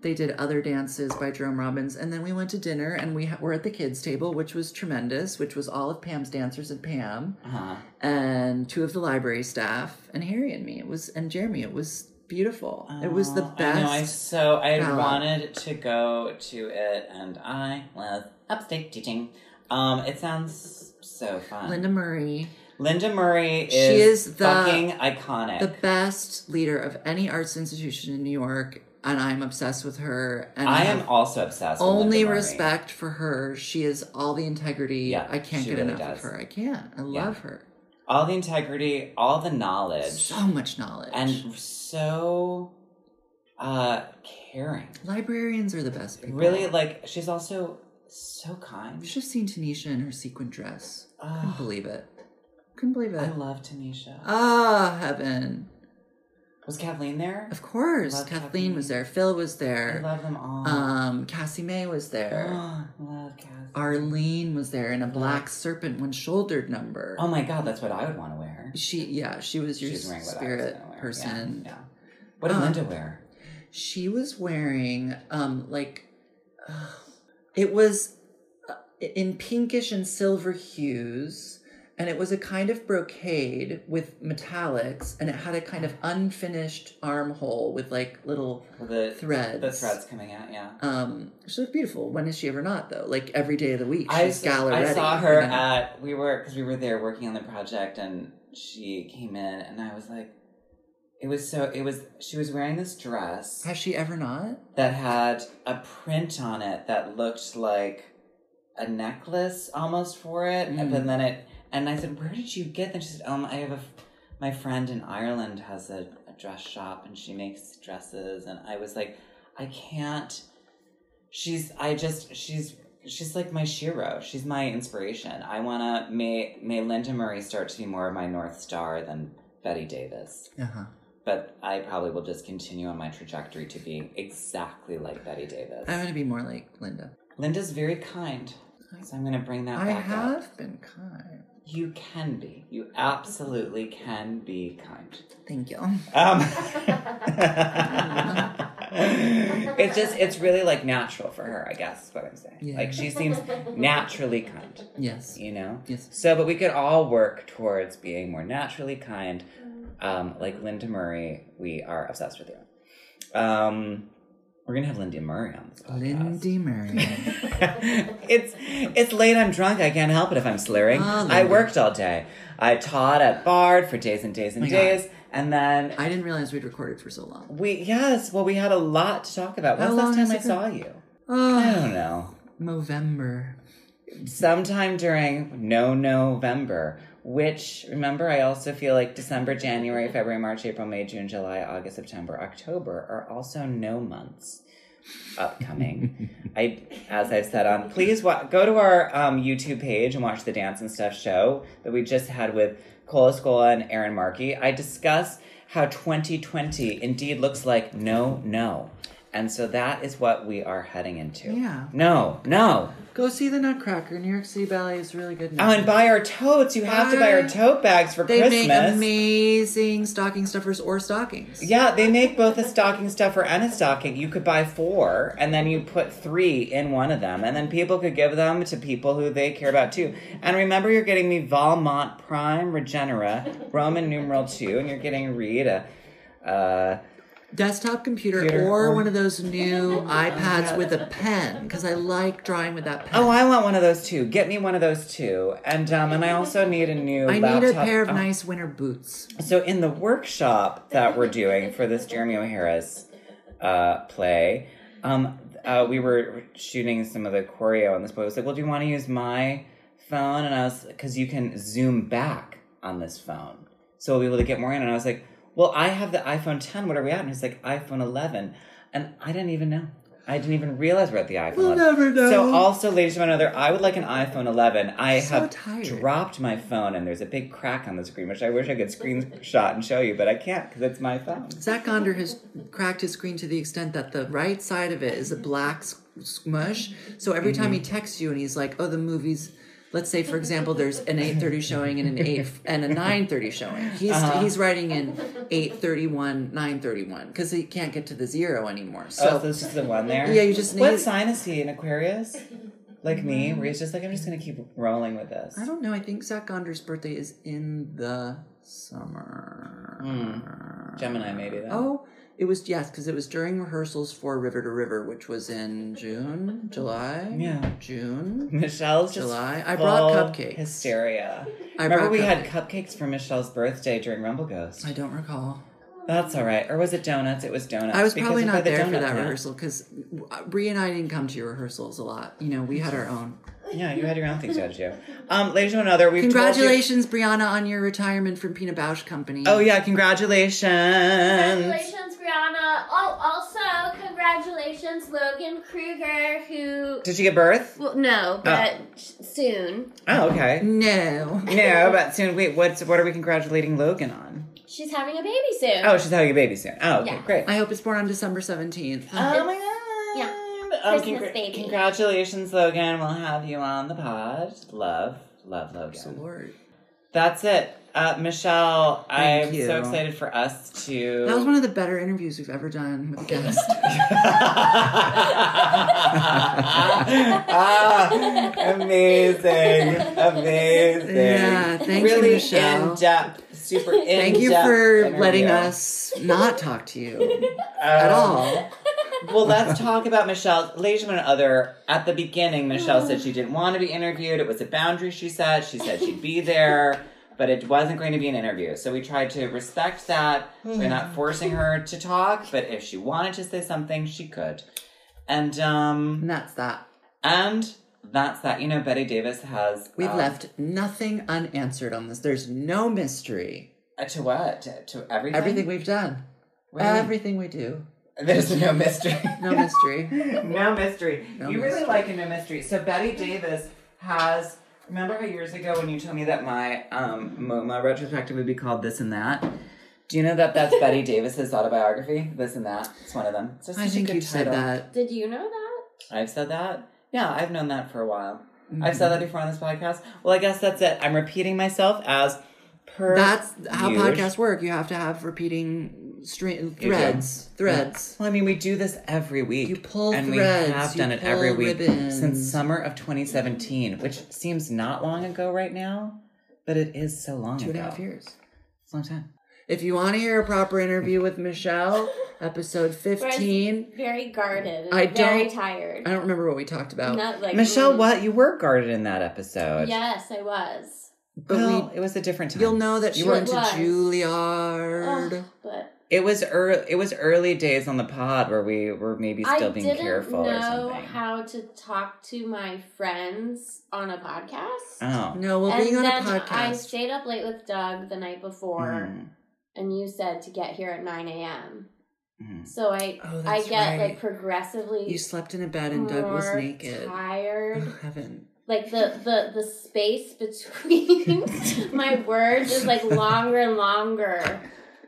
Speaker 1: they did other dances by Jerome Robbins, and then we went to dinner, and we ha- were at the kids' table, which was tremendous, which was all of Pam's dancers and Pam,
Speaker 2: Uh-huh.
Speaker 1: and two of the library staff, and Harry and me. It was and Jeremy. It was beautiful. it was the
Speaker 2: Oh,
Speaker 1: best.
Speaker 2: I know. I so I
Speaker 1: gala.
Speaker 2: wanted to go to it, and I was upstate teaching. Um, it sounds so fun.
Speaker 1: Linda Murray.
Speaker 2: Linda Murray is,
Speaker 1: She is the-
Speaker 2: fucking iconic.
Speaker 1: the best leader of any arts institution in New York, and I'm obsessed with her. And
Speaker 2: I
Speaker 1: have
Speaker 2: am also obsessed. with Linda
Speaker 1: only
Speaker 2: Murray.
Speaker 1: respect for her. She is all the integrity.
Speaker 2: Yeah,
Speaker 1: I can't
Speaker 2: she
Speaker 1: get
Speaker 2: really
Speaker 1: enough
Speaker 2: does.
Speaker 1: of her. I can't. I love her.
Speaker 2: all the integrity, all the knowledge,
Speaker 1: So much knowledge.
Speaker 2: and so uh caring.
Speaker 1: librarians are the best people.
Speaker 2: Really, like she's also so kind.
Speaker 1: You should have seen Tanisha in her sequin dress. Couldn't
Speaker 2: Ah,
Speaker 1: believe it. Couldn't believe
Speaker 2: I
Speaker 1: it.
Speaker 2: love Tanisha.
Speaker 1: Ah, heaven.
Speaker 2: was Kathleen there?
Speaker 1: Of course,
Speaker 2: Love
Speaker 1: Kathleen
Speaker 2: Kathleen.
Speaker 1: was there. Phil was
Speaker 2: I
Speaker 1: there.
Speaker 2: love them all.
Speaker 1: Um, Cassie May was there.
Speaker 2: Ah, love Kathleen.
Speaker 1: Arlene was there in a black serpent one shouldered number.
Speaker 2: Oh my god, that's what I would want to wear.
Speaker 1: She yeah, she was your
Speaker 2: She's wearing what I was
Speaker 1: spirit
Speaker 2: gonna wear. Yeah,
Speaker 1: person.
Speaker 2: Yeah. What did
Speaker 1: Um,
Speaker 2: Linda wear?
Speaker 1: She was wearing um like uh, it was uh, in pinkish and silver hues and it was a kind of brocade with metallics and it had a kind of unfinished armhole with like little
Speaker 2: Well, the
Speaker 1: threads.
Speaker 2: the threads coming out. Yeah.
Speaker 1: Um, she looked beautiful. When is she ever not though? Like every day of the week,
Speaker 2: I
Speaker 1: she's
Speaker 2: s-
Speaker 1: gala
Speaker 2: I
Speaker 1: ready,
Speaker 2: saw her
Speaker 1: you know?
Speaker 2: at we were because we were there working on the project, and she came in, and I was like, it was so it was she was wearing this dress
Speaker 1: Has she ever not?
Speaker 2: that had a print on it that looked like a necklace almost for it,
Speaker 1: Mm.
Speaker 2: and then it. And I said, "Where did you get?" that?" she said, "Um, I have a, f- my friend in Ireland has a, a dress shop, and she makes dresses." And I was like, "I can't." She's. I just. She's. She's like my shiro. She's my inspiration. I wanna may may Linda Murray start to be more of my north star than Betty Davis.
Speaker 1: Uh huh.
Speaker 2: But I probably will just continue on my trajectory to being exactly like Betty Davis.
Speaker 1: I want to be more like Linda.
Speaker 2: Linda's very kind. So I'm going to bring that
Speaker 1: I
Speaker 2: back up.
Speaker 1: have been kind.
Speaker 2: You can be. You absolutely can be kind.
Speaker 1: Thank you.
Speaker 2: Um, it's just, it's really like natural for her, I guess, is what I'm saying.
Speaker 1: Yeah.
Speaker 2: Like she seems naturally kind,
Speaker 1: Yes.
Speaker 2: you know?
Speaker 1: Yes.
Speaker 2: So, but we could all work towards being more naturally kind. Um, like Linda Murray, we are obsessed with you. Um, we're gonna have Linda Murray on this podcast.
Speaker 1: Lindy Murray.
Speaker 2: it's it's late. I'm drunk. I can't help it if I'm slurring.
Speaker 1: Ah,
Speaker 2: I
Speaker 1: Linda.
Speaker 2: worked all day. I taught at Bard for days and days and
Speaker 1: Oh My God.
Speaker 2: days, and then
Speaker 1: I didn't realize we'd recorded for so long.
Speaker 2: we yes. Well, we had a lot to talk about.
Speaker 1: How
Speaker 2: When's the last
Speaker 1: long
Speaker 2: time I
Speaker 1: has it
Speaker 2: saw you? I
Speaker 1: Oh,
Speaker 2: don't know.
Speaker 1: November.
Speaker 2: Sometime during no November. Which remember, I also feel like December, January, February, March, April, May, June, July, August, September, October are also no months upcoming. I, as I've said on, please wa- go to our um, YouTube page and watch the dance and stuff show that we just had with Cola Scola and Aaron Markey. I discuss how 2020 indeed looks like no, no, and so that is what we are heading into.
Speaker 1: Yeah.
Speaker 2: No, no.
Speaker 1: Go see the Nutcracker. New York City Ballet is really good.
Speaker 2: Oh, and buy our totes. You have to buy our
Speaker 1: Buy-
Speaker 2: tote bags for
Speaker 1: they
Speaker 2: Christmas.
Speaker 1: make amazing stocking stuffers or stockings.
Speaker 2: Yeah, they make both a stocking stuffer and a stocking. You could buy four, and then you put three in one of them, and then people could give them to people who they care about too. And remember, you're getting me Valmont Prime Regenera, Roman numeral two, and you're getting Reed a. Uh,
Speaker 1: Desktop computer,
Speaker 2: Computer
Speaker 1: or,
Speaker 2: or-
Speaker 1: one of those new iPads with a pen because I like drawing with that pen.
Speaker 2: oh, I want one of those too. Get me one of those too, and um, and I also need a new.
Speaker 1: I need a
Speaker 2: laptop.
Speaker 1: pair of
Speaker 2: Oh.
Speaker 1: nice winter boots.
Speaker 2: So in the workshop that we're doing for this Jeremy O'Hara's uh, play, um, uh, we were shooting some of the choreo, and this boy was like, "Well, do you want to use my phone?" And I was, "Cause you can zoom back on this phone, so we'll be able to get more in." And I was like, "Well, I have the iPhone 10. What are we at?" And he's like, "iPhone 11," and I didn't even know. I didn't even realize we're at the iPhone.
Speaker 1: We'll
Speaker 2: 11.
Speaker 1: never know.
Speaker 2: So also, ladies and gentlemen, I would like an iPhone 11. I
Speaker 1: So
Speaker 2: have
Speaker 1: tired.
Speaker 2: dropped my phone, and there's a big crack on the screen, which I wish I could screenshot and show you, but I can't because it's my phone.
Speaker 1: Zach Gonder has cracked his screen to the extent that the right side of it is a black s- smush. So every time he
Speaker 2: Mm-hmm.
Speaker 1: texts you and he's like, "Oh, the movies," let's say for example, there's an eight thirty showing and an eight and a nine thirty showing. He's
Speaker 2: Uh-huh.
Speaker 1: he's writing in eight thirty one, nine thirty one because he can't get to the zero anymore.
Speaker 2: So,
Speaker 1: So
Speaker 2: oh, so this is the one there.
Speaker 1: Yeah, you just
Speaker 2: What
Speaker 1: need-
Speaker 2: sign is he? An Aquarius, like me, where he's just like, I'm just gonna keep rolling with this.
Speaker 1: I don't know. I think Zach Gonder's birthday is in the summer.
Speaker 2: Hmm, Gemini, maybe. Then.
Speaker 1: Oh, it was yes, because it was during rehearsals for River to River, which was in June, July.
Speaker 2: Yeah.
Speaker 1: June.
Speaker 2: Michelle's just
Speaker 1: July. I brought
Speaker 2: full
Speaker 1: cupcakes.
Speaker 2: Hysteria.
Speaker 1: I
Speaker 2: Remember
Speaker 1: brought
Speaker 2: we had cupcakes for Michelle's birthday during Rumble Ghost.
Speaker 1: I don't recall.
Speaker 2: That's all right. Or was it donuts? It was donuts.
Speaker 1: I was
Speaker 2: because
Speaker 1: probably
Speaker 2: we
Speaker 1: not
Speaker 2: played the
Speaker 1: there for
Speaker 2: donut
Speaker 1: that
Speaker 2: hunt.
Speaker 1: rehearsal because Bree and I didn't come to your rehearsals a lot. You know, we had our own.
Speaker 2: Yeah, you had your own things, had you? Um, ladies and gentlemen, we've told you-
Speaker 1: Congratulations, Brianna, on your retirement from Pina Bausch Company.
Speaker 2: Oh yeah, congratulations.
Speaker 3: Congratulations, Brianna. Oh, also congratulations, Logan Kruger, who.
Speaker 2: Did you give birth?
Speaker 3: Well,
Speaker 1: Ah.
Speaker 3: no, but soon.
Speaker 2: Oh, okay.
Speaker 1: No.
Speaker 2: No, but soon. Wait, what's what are we congratulating Logan on?
Speaker 3: She's having a baby soon.
Speaker 2: Oh, she's having a baby soon. Oh, okay,
Speaker 3: Yeah.
Speaker 2: great.
Speaker 1: I hope it's born on December 17th.
Speaker 2: oh my god.
Speaker 3: Yeah.
Speaker 2: Oh,
Speaker 3: Christmas
Speaker 2: congra-
Speaker 3: baby.
Speaker 2: Congratulations, Logan. We'll have you on the pod. Love, love, Logan.
Speaker 1: Praise the Lord.
Speaker 2: That's it, uh, Michelle.
Speaker 1: Thank
Speaker 2: I'm
Speaker 1: you.
Speaker 2: so excited for us to.
Speaker 1: That was one of the better interviews we've ever done with a guest.
Speaker 2: Ah, amazing, amazing.
Speaker 1: Yeah, thank you,
Speaker 2: really
Speaker 1: Michelle.
Speaker 2: in depth, super in depth.
Speaker 1: Thank you for letting us not talk to you at
Speaker 2: Um,
Speaker 1: all.
Speaker 2: Well, let's talk about Michelle. Ladies and gentlemen, other at the beginning, Michelle said she didn't want to be interviewed. It was a boundary she set. She said she'd be there, but it wasn't going to be an interview. So we tried to respect that. We're not forcing her to talk, but if she wanted to say something, she could. And um
Speaker 1: And that's that.
Speaker 2: and That's that. You know, Betty Davis has.
Speaker 1: We've
Speaker 2: um,
Speaker 1: left nothing unanswered on this. There's no mystery.
Speaker 2: uh, to what to, to everything.
Speaker 1: Everything we've done,
Speaker 2: What do you mean?
Speaker 1: everything we do,
Speaker 2: There's no mystery.
Speaker 1: no mystery.
Speaker 2: no mystery.
Speaker 1: No
Speaker 2: you really
Speaker 1: mystery.
Speaker 2: like a no mystery. So Betty Davis has. Remember how years ago when you told me that my um, MoMA retrospective would be called This and That? Do you know that that's Betty Davis's autobiography? This and That. It's one of them. It's just
Speaker 1: I
Speaker 2: such a
Speaker 1: think
Speaker 2: good
Speaker 1: you've said
Speaker 2: title.
Speaker 1: that.
Speaker 3: Did you know that?
Speaker 2: I've said that. Yeah, I've known that for a while.
Speaker 1: Mm-hmm.
Speaker 2: I've said that before on this podcast. Well, I guess that's it. I'm repeating myself as per.
Speaker 1: That's how
Speaker 2: usual.
Speaker 1: podcasts work. You have to have repeating stre-
Speaker 2: do.
Speaker 1: threads. Threads.
Speaker 2: Well, I mean, we do this every week.
Speaker 1: You pull
Speaker 2: and
Speaker 1: threads,
Speaker 2: we have
Speaker 1: you
Speaker 2: done it every
Speaker 1: pull
Speaker 2: week
Speaker 1: ribbons.
Speaker 2: since summer of 2017, which seems not long ago right now, but it is so long
Speaker 1: Two and
Speaker 2: ago.
Speaker 1: a half years.
Speaker 2: It's a long time.
Speaker 1: If you want to hear a proper interview with Michelle, episode 15.
Speaker 3: Very guarded. and
Speaker 1: I
Speaker 3: very
Speaker 1: don't-
Speaker 3: tired.
Speaker 1: I don't remember what we talked about,
Speaker 3: Not like
Speaker 2: Michelle,
Speaker 3: mm.
Speaker 2: what you were guarded in that episode?
Speaker 3: Yes, I was.
Speaker 1: but
Speaker 2: Well,
Speaker 1: we,
Speaker 2: it was a different time.
Speaker 1: you'll know that she
Speaker 3: You
Speaker 1: went to
Speaker 3: were-
Speaker 1: Juilliard.
Speaker 3: Ugh, but
Speaker 2: it was early. It was early days on the pod where we were maybe still
Speaker 3: I
Speaker 2: being
Speaker 3: didn't
Speaker 2: careful
Speaker 3: know
Speaker 2: or something.
Speaker 3: how to talk to my friends on a podcast.
Speaker 2: oh,
Speaker 1: No, Ah, well,
Speaker 3: and
Speaker 1: being on a
Speaker 3: then I
Speaker 1: podcast. Hmm.
Speaker 3: stayed up late with Doug the night before,
Speaker 2: Mm,
Speaker 3: and you said to get here at nine a.m.
Speaker 2: mm.
Speaker 3: So I,
Speaker 1: Oh,
Speaker 3: I
Speaker 1: that's
Speaker 3: get
Speaker 1: right.
Speaker 3: like progressively
Speaker 1: you slept in a bed and Doug was
Speaker 3: more
Speaker 1: naked.
Speaker 3: tired.
Speaker 1: Oh, heaven.
Speaker 3: like the the the space between my words is like longer and longer.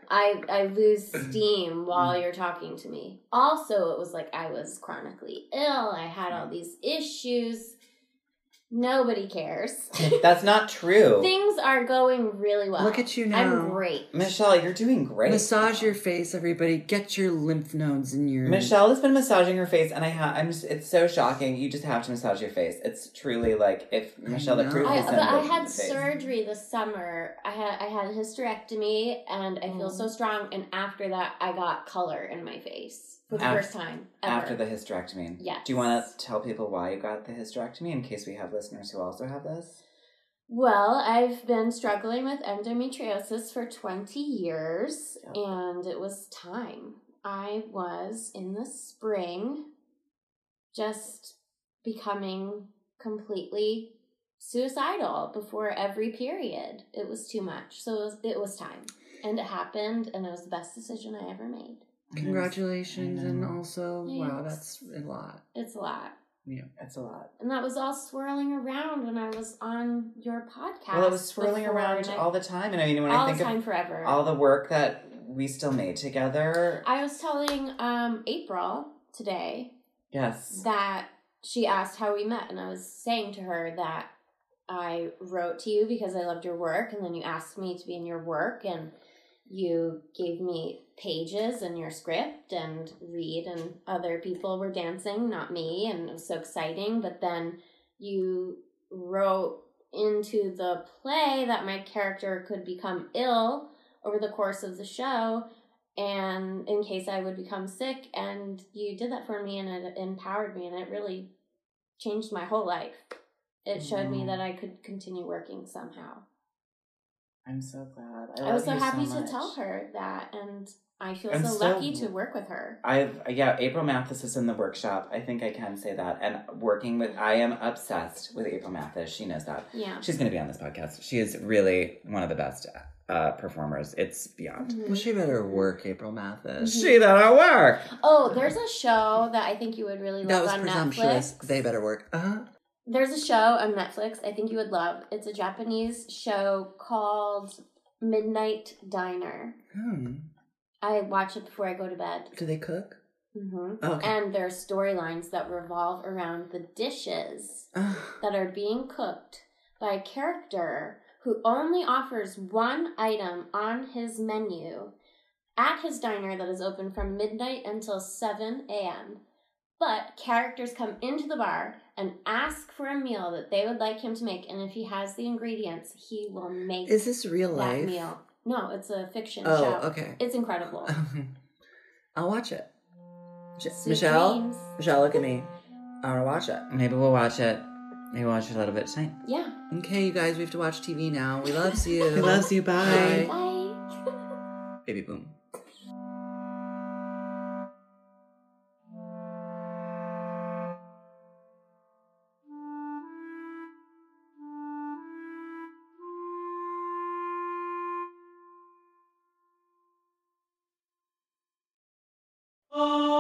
Speaker 3: I I lose steam
Speaker 2: Mm-hmm.
Speaker 3: while you're talking to me. Also, it was like I was chronically ill. I had all these issues. Nobody cares.
Speaker 2: That's not true.
Speaker 3: Things are going really well.
Speaker 1: Look at you now.
Speaker 3: I'm great.
Speaker 2: Michelle, you're doing great.
Speaker 1: Massage your face, everybody. Get your lymph nodes in your.
Speaker 2: Michelle has been massaging her face, and I ha- I'm just, it's so shocking. You just have to massage your face. It's truly like if Michelle
Speaker 1: know.
Speaker 2: approved
Speaker 3: I,
Speaker 2: this.
Speaker 3: but I had surgery this summer. I had I had a hysterectomy, and I
Speaker 1: Mm.
Speaker 3: feel so strong. And after that, I got color in my face for the
Speaker 2: Af-
Speaker 3: first time ever.
Speaker 2: after the hysterectomy.
Speaker 3: Yes.
Speaker 2: Do you want to tell people why you got the hysterectomy in case we have listeners who also have this?
Speaker 3: Well, I've been struggling with endometriosis for 20 years,
Speaker 2: Yeah.
Speaker 3: and it was time. I was in the spring just becoming completely suicidal before every period. It was too much. So it was, it was time. And it happened, and it was the best decision I ever made.
Speaker 1: Congratulations, and
Speaker 2: I know.
Speaker 1: also, wow,
Speaker 3: Thanks.
Speaker 1: that's a lot.
Speaker 3: It's a lot.
Speaker 2: That's a lot.
Speaker 3: And that was all swirling around when I was on your podcast.
Speaker 2: Well, it was swirling
Speaker 3: before,
Speaker 2: around
Speaker 3: and I-
Speaker 2: all the time, and I mean, when
Speaker 3: all
Speaker 2: I
Speaker 3: the
Speaker 2: think
Speaker 3: time
Speaker 2: of
Speaker 3: forever.
Speaker 2: all the work that we still made together,
Speaker 3: I was telling um, April today
Speaker 2: yes,
Speaker 3: that she asked how we met, and I was saying to her that I wrote to you because I loved your work, and then you asked me to be in your work, and you gave me pages and your script and read, and other people were dancing, not me, and it was so exciting. But then you wrote into the play that my character could become ill over the course of the show and in case I would become sick. And you did that for me, and it empowered me, and it really changed my whole life. It showed me
Speaker 2: Mhm.
Speaker 3: that I could continue working somehow.
Speaker 2: I'm so glad. I,
Speaker 3: I,
Speaker 2: love
Speaker 3: was so
Speaker 2: you
Speaker 3: happy to
Speaker 2: much.
Speaker 3: tell her that, and I feel
Speaker 2: I'm
Speaker 3: so
Speaker 2: so-
Speaker 3: lucky to work with her.
Speaker 2: I've yeah, April Mathis is in the workshop. I think I can say that. And working with I am obsessed with April Mathis. She knows that.
Speaker 3: Yeah.
Speaker 2: She's going to be on this podcast. She is really one of the best uh, performers. It's beyond.
Speaker 1: Well, she better work, April
Speaker 3: Mhm.
Speaker 1: Mathis.
Speaker 2: She better work.
Speaker 3: Oh, there's a show that I think you would really
Speaker 1: That
Speaker 3: love
Speaker 1: was
Speaker 3: on
Speaker 1: presumptuous.
Speaker 3: Netflix.
Speaker 1: They better work. Uh-huh.
Speaker 3: There's a show on Netflix I think you would love. It's a Japanese show called Midnight Diner.
Speaker 1: Hmm.
Speaker 3: I watch it before I go to bed.
Speaker 1: Do they cook?
Speaker 3: hmm
Speaker 1: Okay.
Speaker 3: And there are storylines that revolve around the dishes
Speaker 1: Ugh.
Speaker 3: that are being cooked by a character who only offers one item on his menu at his diner that is open from midnight until 7 a.m. But characters come into the bar and ask for a meal that they would like him to make, and if he has the ingredients, he will make
Speaker 1: Is this real
Speaker 3: that
Speaker 1: life?
Speaker 3: meal. No, it's a fiction
Speaker 1: Oh,
Speaker 3: show.
Speaker 1: okay. Uh-huh.
Speaker 3: It's incredible.
Speaker 1: I'll watch it. Mich-
Speaker 3: Sweet
Speaker 1: Michelle,
Speaker 3: dreams.
Speaker 1: Michelle, look at me. I want to watch it.
Speaker 2: Maybe we'll watch it. Maybe we'll watch it a little bit tonight.
Speaker 3: Yeah.
Speaker 1: Okay, you guys, we have to watch TV now. We loves you.
Speaker 2: We loves you. Bye.
Speaker 1: Bye.
Speaker 3: Bye.
Speaker 1: Baby boom.
Speaker 4: Oh.